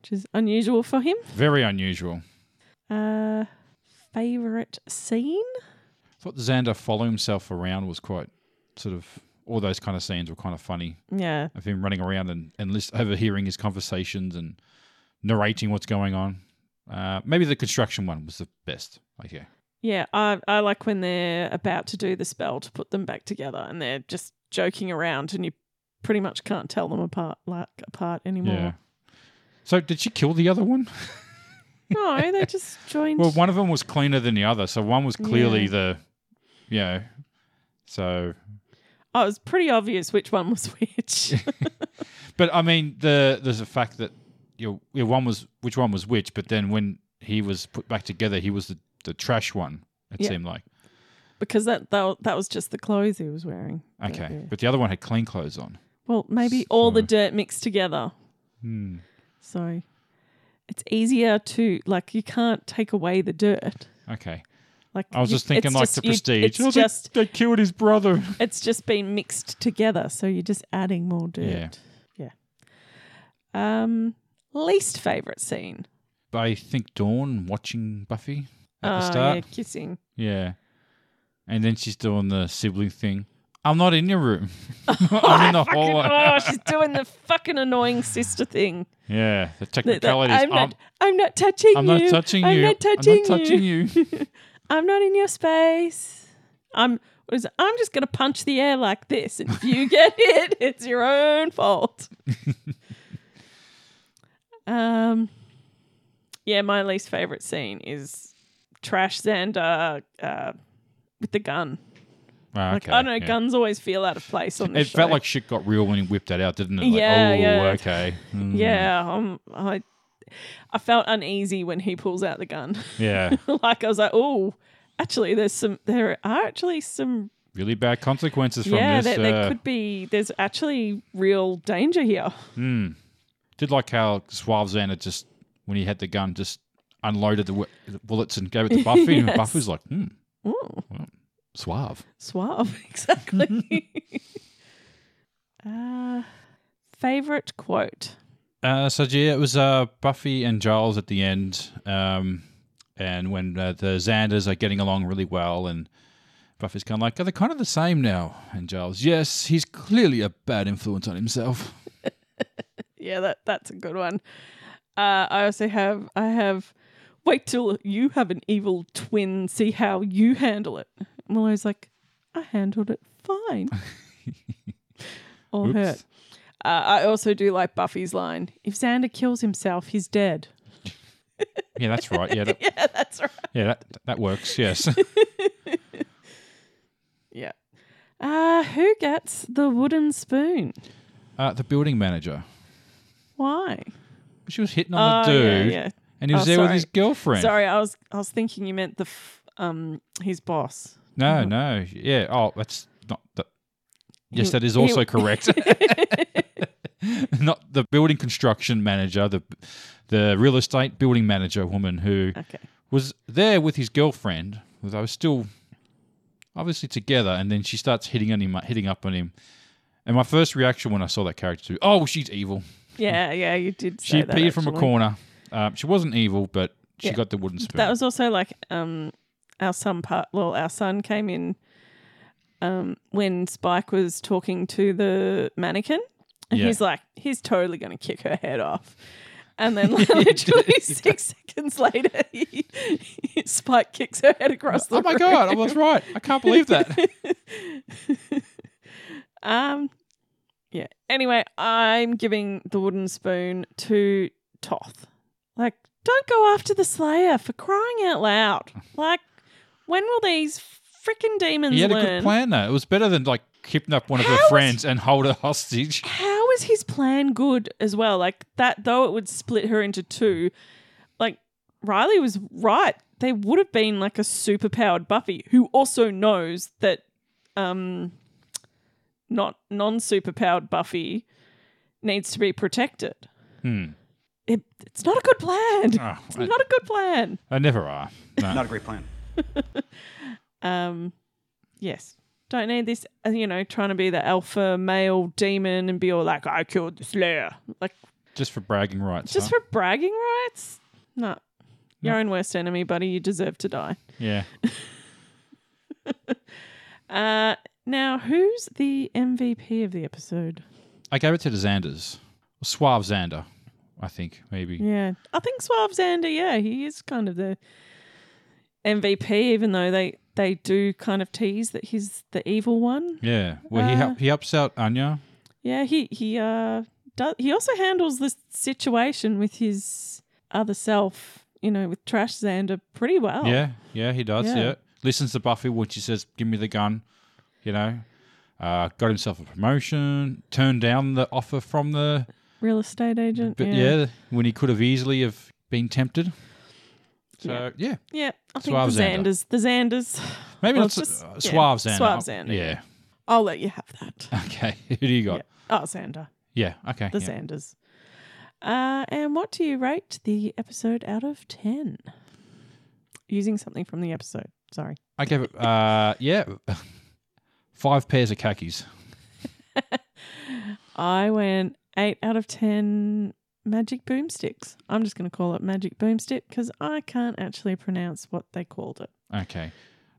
Speaker 3: which is unusual for him.
Speaker 2: very unusual.
Speaker 3: Uh, favorite scene?
Speaker 2: I thought Xander following himself around was quite sort of all those kind of scenes were kind of funny
Speaker 3: Yeah,
Speaker 2: of him running around and and list, overhearing his conversations and narrating what's going on. Uh, maybe the construction one was the best. Like, yeah,
Speaker 3: yeah. I I like when they're about to do the spell to put them back together, and they're just joking around, and you pretty much can't tell them apart like apart anymore.
Speaker 2: yeah. So did she kill the other one?
Speaker 3: No, they just joined.
Speaker 2: Well, one of them was cleaner than the other, so one was clearly
Speaker 3: Yeah.
Speaker 2: the, you know, so
Speaker 3: oh, it was pretty obvious which one was which.
Speaker 2: But I mean, the there's a fact that you know, yeah, one was which one was which, but then when he was put back together, he was the, the trash one. It
Speaker 3: Yeah.
Speaker 2: seemed like
Speaker 3: because that, that that was just the clothes he was wearing. But,
Speaker 2: okay,
Speaker 3: yeah.
Speaker 2: but the other one had clean clothes on.
Speaker 3: Well, maybe all the
Speaker 2: So-
Speaker 3: dirt mixed together.
Speaker 2: Hmm.
Speaker 3: So it's easier to like you can't take away the dirt.
Speaker 2: Okay,
Speaker 3: Like
Speaker 2: I was
Speaker 3: you-
Speaker 2: just thinking
Speaker 3: it's
Speaker 2: like
Speaker 3: just-
Speaker 2: the
Speaker 3: you-
Speaker 2: prestige.
Speaker 3: it's
Speaker 2: Oh, they-
Speaker 3: just
Speaker 2: they, killed his brother.
Speaker 3: it's just been mixed together, so you're just adding more dirt. Yeah. Um, least favorite scene.
Speaker 2: But I think Dawn watching Buffy at the
Speaker 3: Oh, yeah,
Speaker 2: start,
Speaker 3: kissing.
Speaker 2: yeah. and then she's doing the sibling thing. I'm not in your room. I'm in the
Speaker 3: Fucking,
Speaker 2: hallway.
Speaker 3: oh, she's doing the fucking annoying sister thing.
Speaker 2: Yeah, the
Speaker 3: The- the,
Speaker 2: technicalities.
Speaker 3: I'm,
Speaker 2: I'm,
Speaker 3: not. I'm not touching
Speaker 2: I'm
Speaker 3: you.
Speaker 2: not touching
Speaker 3: I'm
Speaker 2: you.
Speaker 3: Not touching
Speaker 2: I'm not touching you.
Speaker 3: I'm not in your space. I'm. what is it? I'm just gonna punch the air like this, and if you get hit, it's your own fault. um, yeah, my least favorite scene is Trash Xander uh, with the gun.
Speaker 2: Ah,
Speaker 3: Like
Speaker 2: okay,
Speaker 3: I don't know,
Speaker 2: yeah.
Speaker 3: guns always feel out of place on
Speaker 2: It
Speaker 3: this show.
Speaker 2: felt like shit got real when he whipped that out, didn't it? Like,
Speaker 3: Yeah,
Speaker 2: oh,
Speaker 3: yeah.
Speaker 2: okay. Mm,
Speaker 3: yeah, um, I I felt uneasy when he pulls out the gun.
Speaker 2: yeah.
Speaker 3: like I was like, oh, actually, there's some. There are actually some
Speaker 2: Really bad consequences from
Speaker 3: yeah,
Speaker 2: this.
Speaker 3: there, there
Speaker 2: uh,
Speaker 3: could be. There's actually real danger here.
Speaker 2: Did like how Suave Xander just, when he had the gun, just unloaded the wi- bullets and gave it to Buffy, and
Speaker 3: Yes.
Speaker 2: Buffy's like, hmm,
Speaker 3: Ooh,
Speaker 2: suave.
Speaker 3: suave, exactly. uh, favorite quote.
Speaker 2: Uh, so yeah, it was uh, Buffy and Giles at the end, um, and when uh, the Xanders are getting along really well, and Buffy's kind of like, "Are they kind of the same now?" And Giles, "Yes, he's clearly a bad influence on himself."
Speaker 3: Yeah, that that's a good one. Uh, I also have. I have. Wait till you have an evil twin. See how you handle it. Willow's like, I handled it fine. All
Speaker 2: Oops.
Speaker 3: hurt. Uh, I also do like Buffy's line: "If Xander kills himself, he's dead."
Speaker 2: Yeah, that's right. Yeah, that,
Speaker 3: yeah, that's right.
Speaker 2: yeah, that that works. Yes.
Speaker 3: Yeah. Uh, who gets the wooden spoon?
Speaker 2: Uh, the building manager.
Speaker 3: Why?
Speaker 2: She was hitting on the
Speaker 3: Oh, yeah,
Speaker 2: dude,
Speaker 3: yeah.
Speaker 2: and he was
Speaker 3: Oh,
Speaker 2: there with
Speaker 3: sorry.
Speaker 2: his girlfriend.
Speaker 3: Sorry, I was I was thinking you meant the f- um his boss.
Speaker 2: No, no. Yeah. Oh, that's not that. Yes, that is also correct. not the building construction manager, the the real estate building manager woman who
Speaker 3: Okay.
Speaker 2: was there with his girlfriend. They were still obviously together, and then she starts hitting on him, hitting up on him. And my first reaction when I saw that character, oh, she's evil.
Speaker 3: Yeah, yeah, you did.
Speaker 2: She
Speaker 3: say that,
Speaker 2: appeared from a
Speaker 3: actually.
Speaker 2: corner. Um, she wasn't evil, but she
Speaker 3: Yeah.
Speaker 2: got the wooden spoon.
Speaker 3: That was also like um our son part. Well, our son came in um when Spike was talking to the mannequin, and
Speaker 2: Yeah.
Speaker 3: he's like, he's totally going to kick her head off. And then like, literally six seconds later, he, Spike kicks her head across the
Speaker 2: oh my god, I was right. I can't believe that.
Speaker 3: Um, yeah. Anyway, I'm giving the wooden spoon to Toth. Like, don't go after the Slayer for crying out loud. Like, when will these freaking demons
Speaker 2: He had
Speaker 3: learn?
Speaker 2: a good plan though. It was better than like kidnap one of
Speaker 3: How
Speaker 2: her
Speaker 3: is-
Speaker 2: friends and hold her hostage.
Speaker 3: How is his plan good as well? Like that, though it would split her into two. Like Riley was right. They would have been like a superpowered Buffy who also knows that um, not non superpowered Buffy needs to be protected. It, it's not a good plan.
Speaker 2: Oh,
Speaker 3: it's
Speaker 2: I-
Speaker 3: not a good plan.
Speaker 2: They never are. No.
Speaker 10: Not a great plan.
Speaker 3: Um, yes. Don't need this, uh, you know, trying to be the alpha male demon and be all like, I killed the Slayer. Like,
Speaker 2: Just for bragging rights.
Speaker 3: Just
Speaker 2: huh?
Speaker 3: for bragging rights? No. Your own worst enemy, buddy. You deserve to die.
Speaker 2: yeah.
Speaker 3: Uh, now, who's the MVP of the episode?
Speaker 2: I gave it to the Xanders. Suave Xander, I think, maybe.
Speaker 3: Yeah. I think Suave Xander, yeah, he is kind of the MVP, even though they, they do kind of tease that he's the evil one.
Speaker 2: Yeah. Well he
Speaker 3: Uh,
Speaker 2: help, he helps out Anya.
Speaker 3: Yeah, he, he uh does he also handles this situation with his other self, you know, with Trash Xander pretty well.
Speaker 2: Yeah, yeah, he does,
Speaker 3: Yeah.
Speaker 2: yeah. Listens to Buffy when she says, Give me the gun, you know. Uh, got himself a promotion, turned down the offer from the
Speaker 3: Real estate agent.
Speaker 2: but yeah, when he could have easily have been tempted. So yeah.
Speaker 3: Yeah, I think
Speaker 2: Suave
Speaker 3: the
Speaker 2: Xander.
Speaker 3: Xanders. The Xanders.
Speaker 2: Maybe
Speaker 3: Well,
Speaker 2: not
Speaker 3: it's just-
Speaker 2: uh,
Speaker 3: yeah,
Speaker 2: Suave Xander.
Speaker 3: Suave Xander,
Speaker 2: Yeah.
Speaker 3: I'll let you have that.
Speaker 2: Okay. Who do you
Speaker 3: yeah.
Speaker 2: got?
Speaker 3: Oh, Xander.
Speaker 2: Yeah. Okay.
Speaker 3: The
Speaker 2: yeah.
Speaker 3: Xanders. Uh, and what do you rate the episode out of 10? Using something from the episode. Sorry.
Speaker 2: I gave it, uh, yeah, five pairs of khakis.
Speaker 3: I went 8 out of 10 magic boomsticks. I'm just going to call it magic boomstick because I can't actually pronounce what they called it.
Speaker 2: Okay.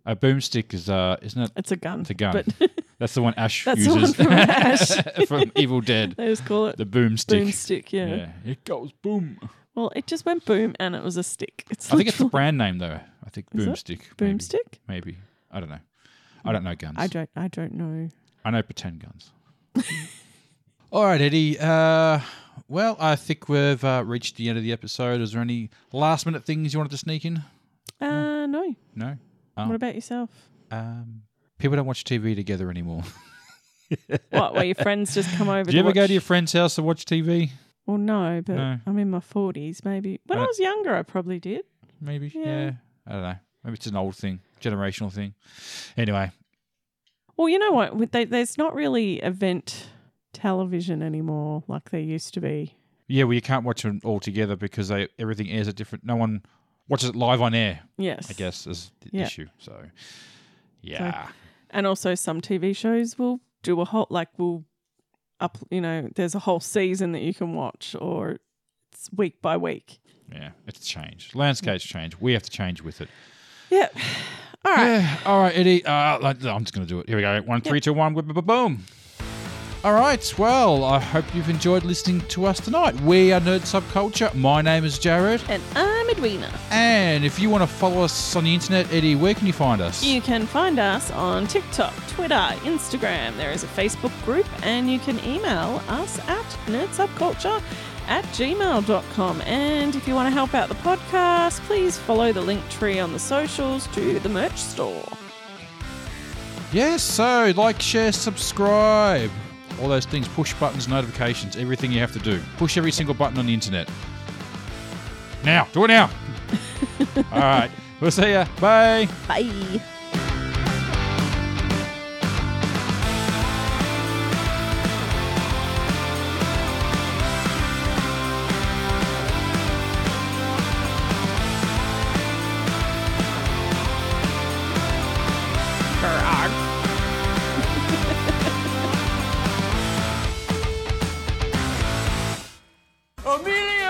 Speaker 2: A boomstick is, uh, isn't it?
Speaker 3: It's a gun.
Speaker 2: It's a gun.
Speaker 3: But
Speaker 2: That's the one Ash
Speaker 3: That's the one
Speaker 2: uses
Speaker 3: from Ash.
Speaker 2: from Evil Dead.
Speaker 3: they just call it
Speaker 2: The boomstick.
Speaker 3: boomstick, yeah.
Speaker 2: Yeah. It goes boom.
Speaker 3: Well, it just went boom and it was a stick. It's
Speaker 2: I think it's a
Speaker 3: literal-
Speaker 2: brand name, though. I think
Speaker 3: Is it?
Speaker 2: boomstick. maybe.
Speaker 3: Boomstick?
Speaker 2: Maybe. I don't know. I don't know guns.
Speaker 3: I don't, I don't know.
Speaker 2: I know pretend guns. All right, Eddie. Uh, well, I think we've uh, reached the end of the episode. Is there any last minute things you wanted to sneak in?
Speaker 3: Uh, no.
Speaker 2: No.
Speaker 3: What about yourself?
Speaker 2: Um, people don't watch TV together anymore.
Speaker 3: What? Where your friends just come over?
Speaker 2: Do you ever go
Speaker 3: watch-
Speaker 2: to your friend's house to watch TV?
Speaker 3: Well, no, but
Speaker 2: No.
Speaker 3: I'm in my forties. Maybe when I
Speaker 2: Uh,
Speaker 3: was younger, I probably did.
Speaker 2: Maybe.
Speaker 3: Yeah.
Speaker 2: Yeah. I don't know. Maybe it's an old thing, generational thing. Anyway,
Speaker 3: Well, you know what? With- They, there's not really event television anymore like there used to be.
Speaker 2: yeah, well, you can't watch them all together because they everything airs at different. No one watches it live on air.
Speaker 3: Yes,
Speaker 2: I guess is the
Speaker 3: Yeah.
Speaker 2: issue. So, yeah.
Speaker 3: And also, some TV shows will do a whole like will up. You know, there's a whole season that you can watch, or it's week by week.
Speaker 2: Yeah, it's changed. Landscape's changed. We have to change with it.
Speaker 3: Yeah. All right.
Speaker 2: Yeah. All right, Eddie. Uh, like- I'm just going to do it. Here we go. One, three, two, one. Boom, boom, boom. All right. Well, I hope you've enjoyed listening to us tonight. We are Nerd Subculture. My name is Jared.
Speaker 3: And I'm Edwina.
Speaker 2: And if you want to follow us on the internet, Eddie, where can you find us?
Speaker 3: You can find us on TikTok, Twitter, Instagram. There is a Facebook group, and you can email us at nerdsubculture at gmail.com. And if you want to help out the podcast, please follow the link tree on the socials to the merch store.
Speaker 2: Yes, so like, share, subscribe. All those things, push buttons, notifications, everything you have to do. Push every single button on the internet. Now, do it now. All right, we'll see ya. Bye.
Speaker 3: Bye.
Speaker 1: Amelia!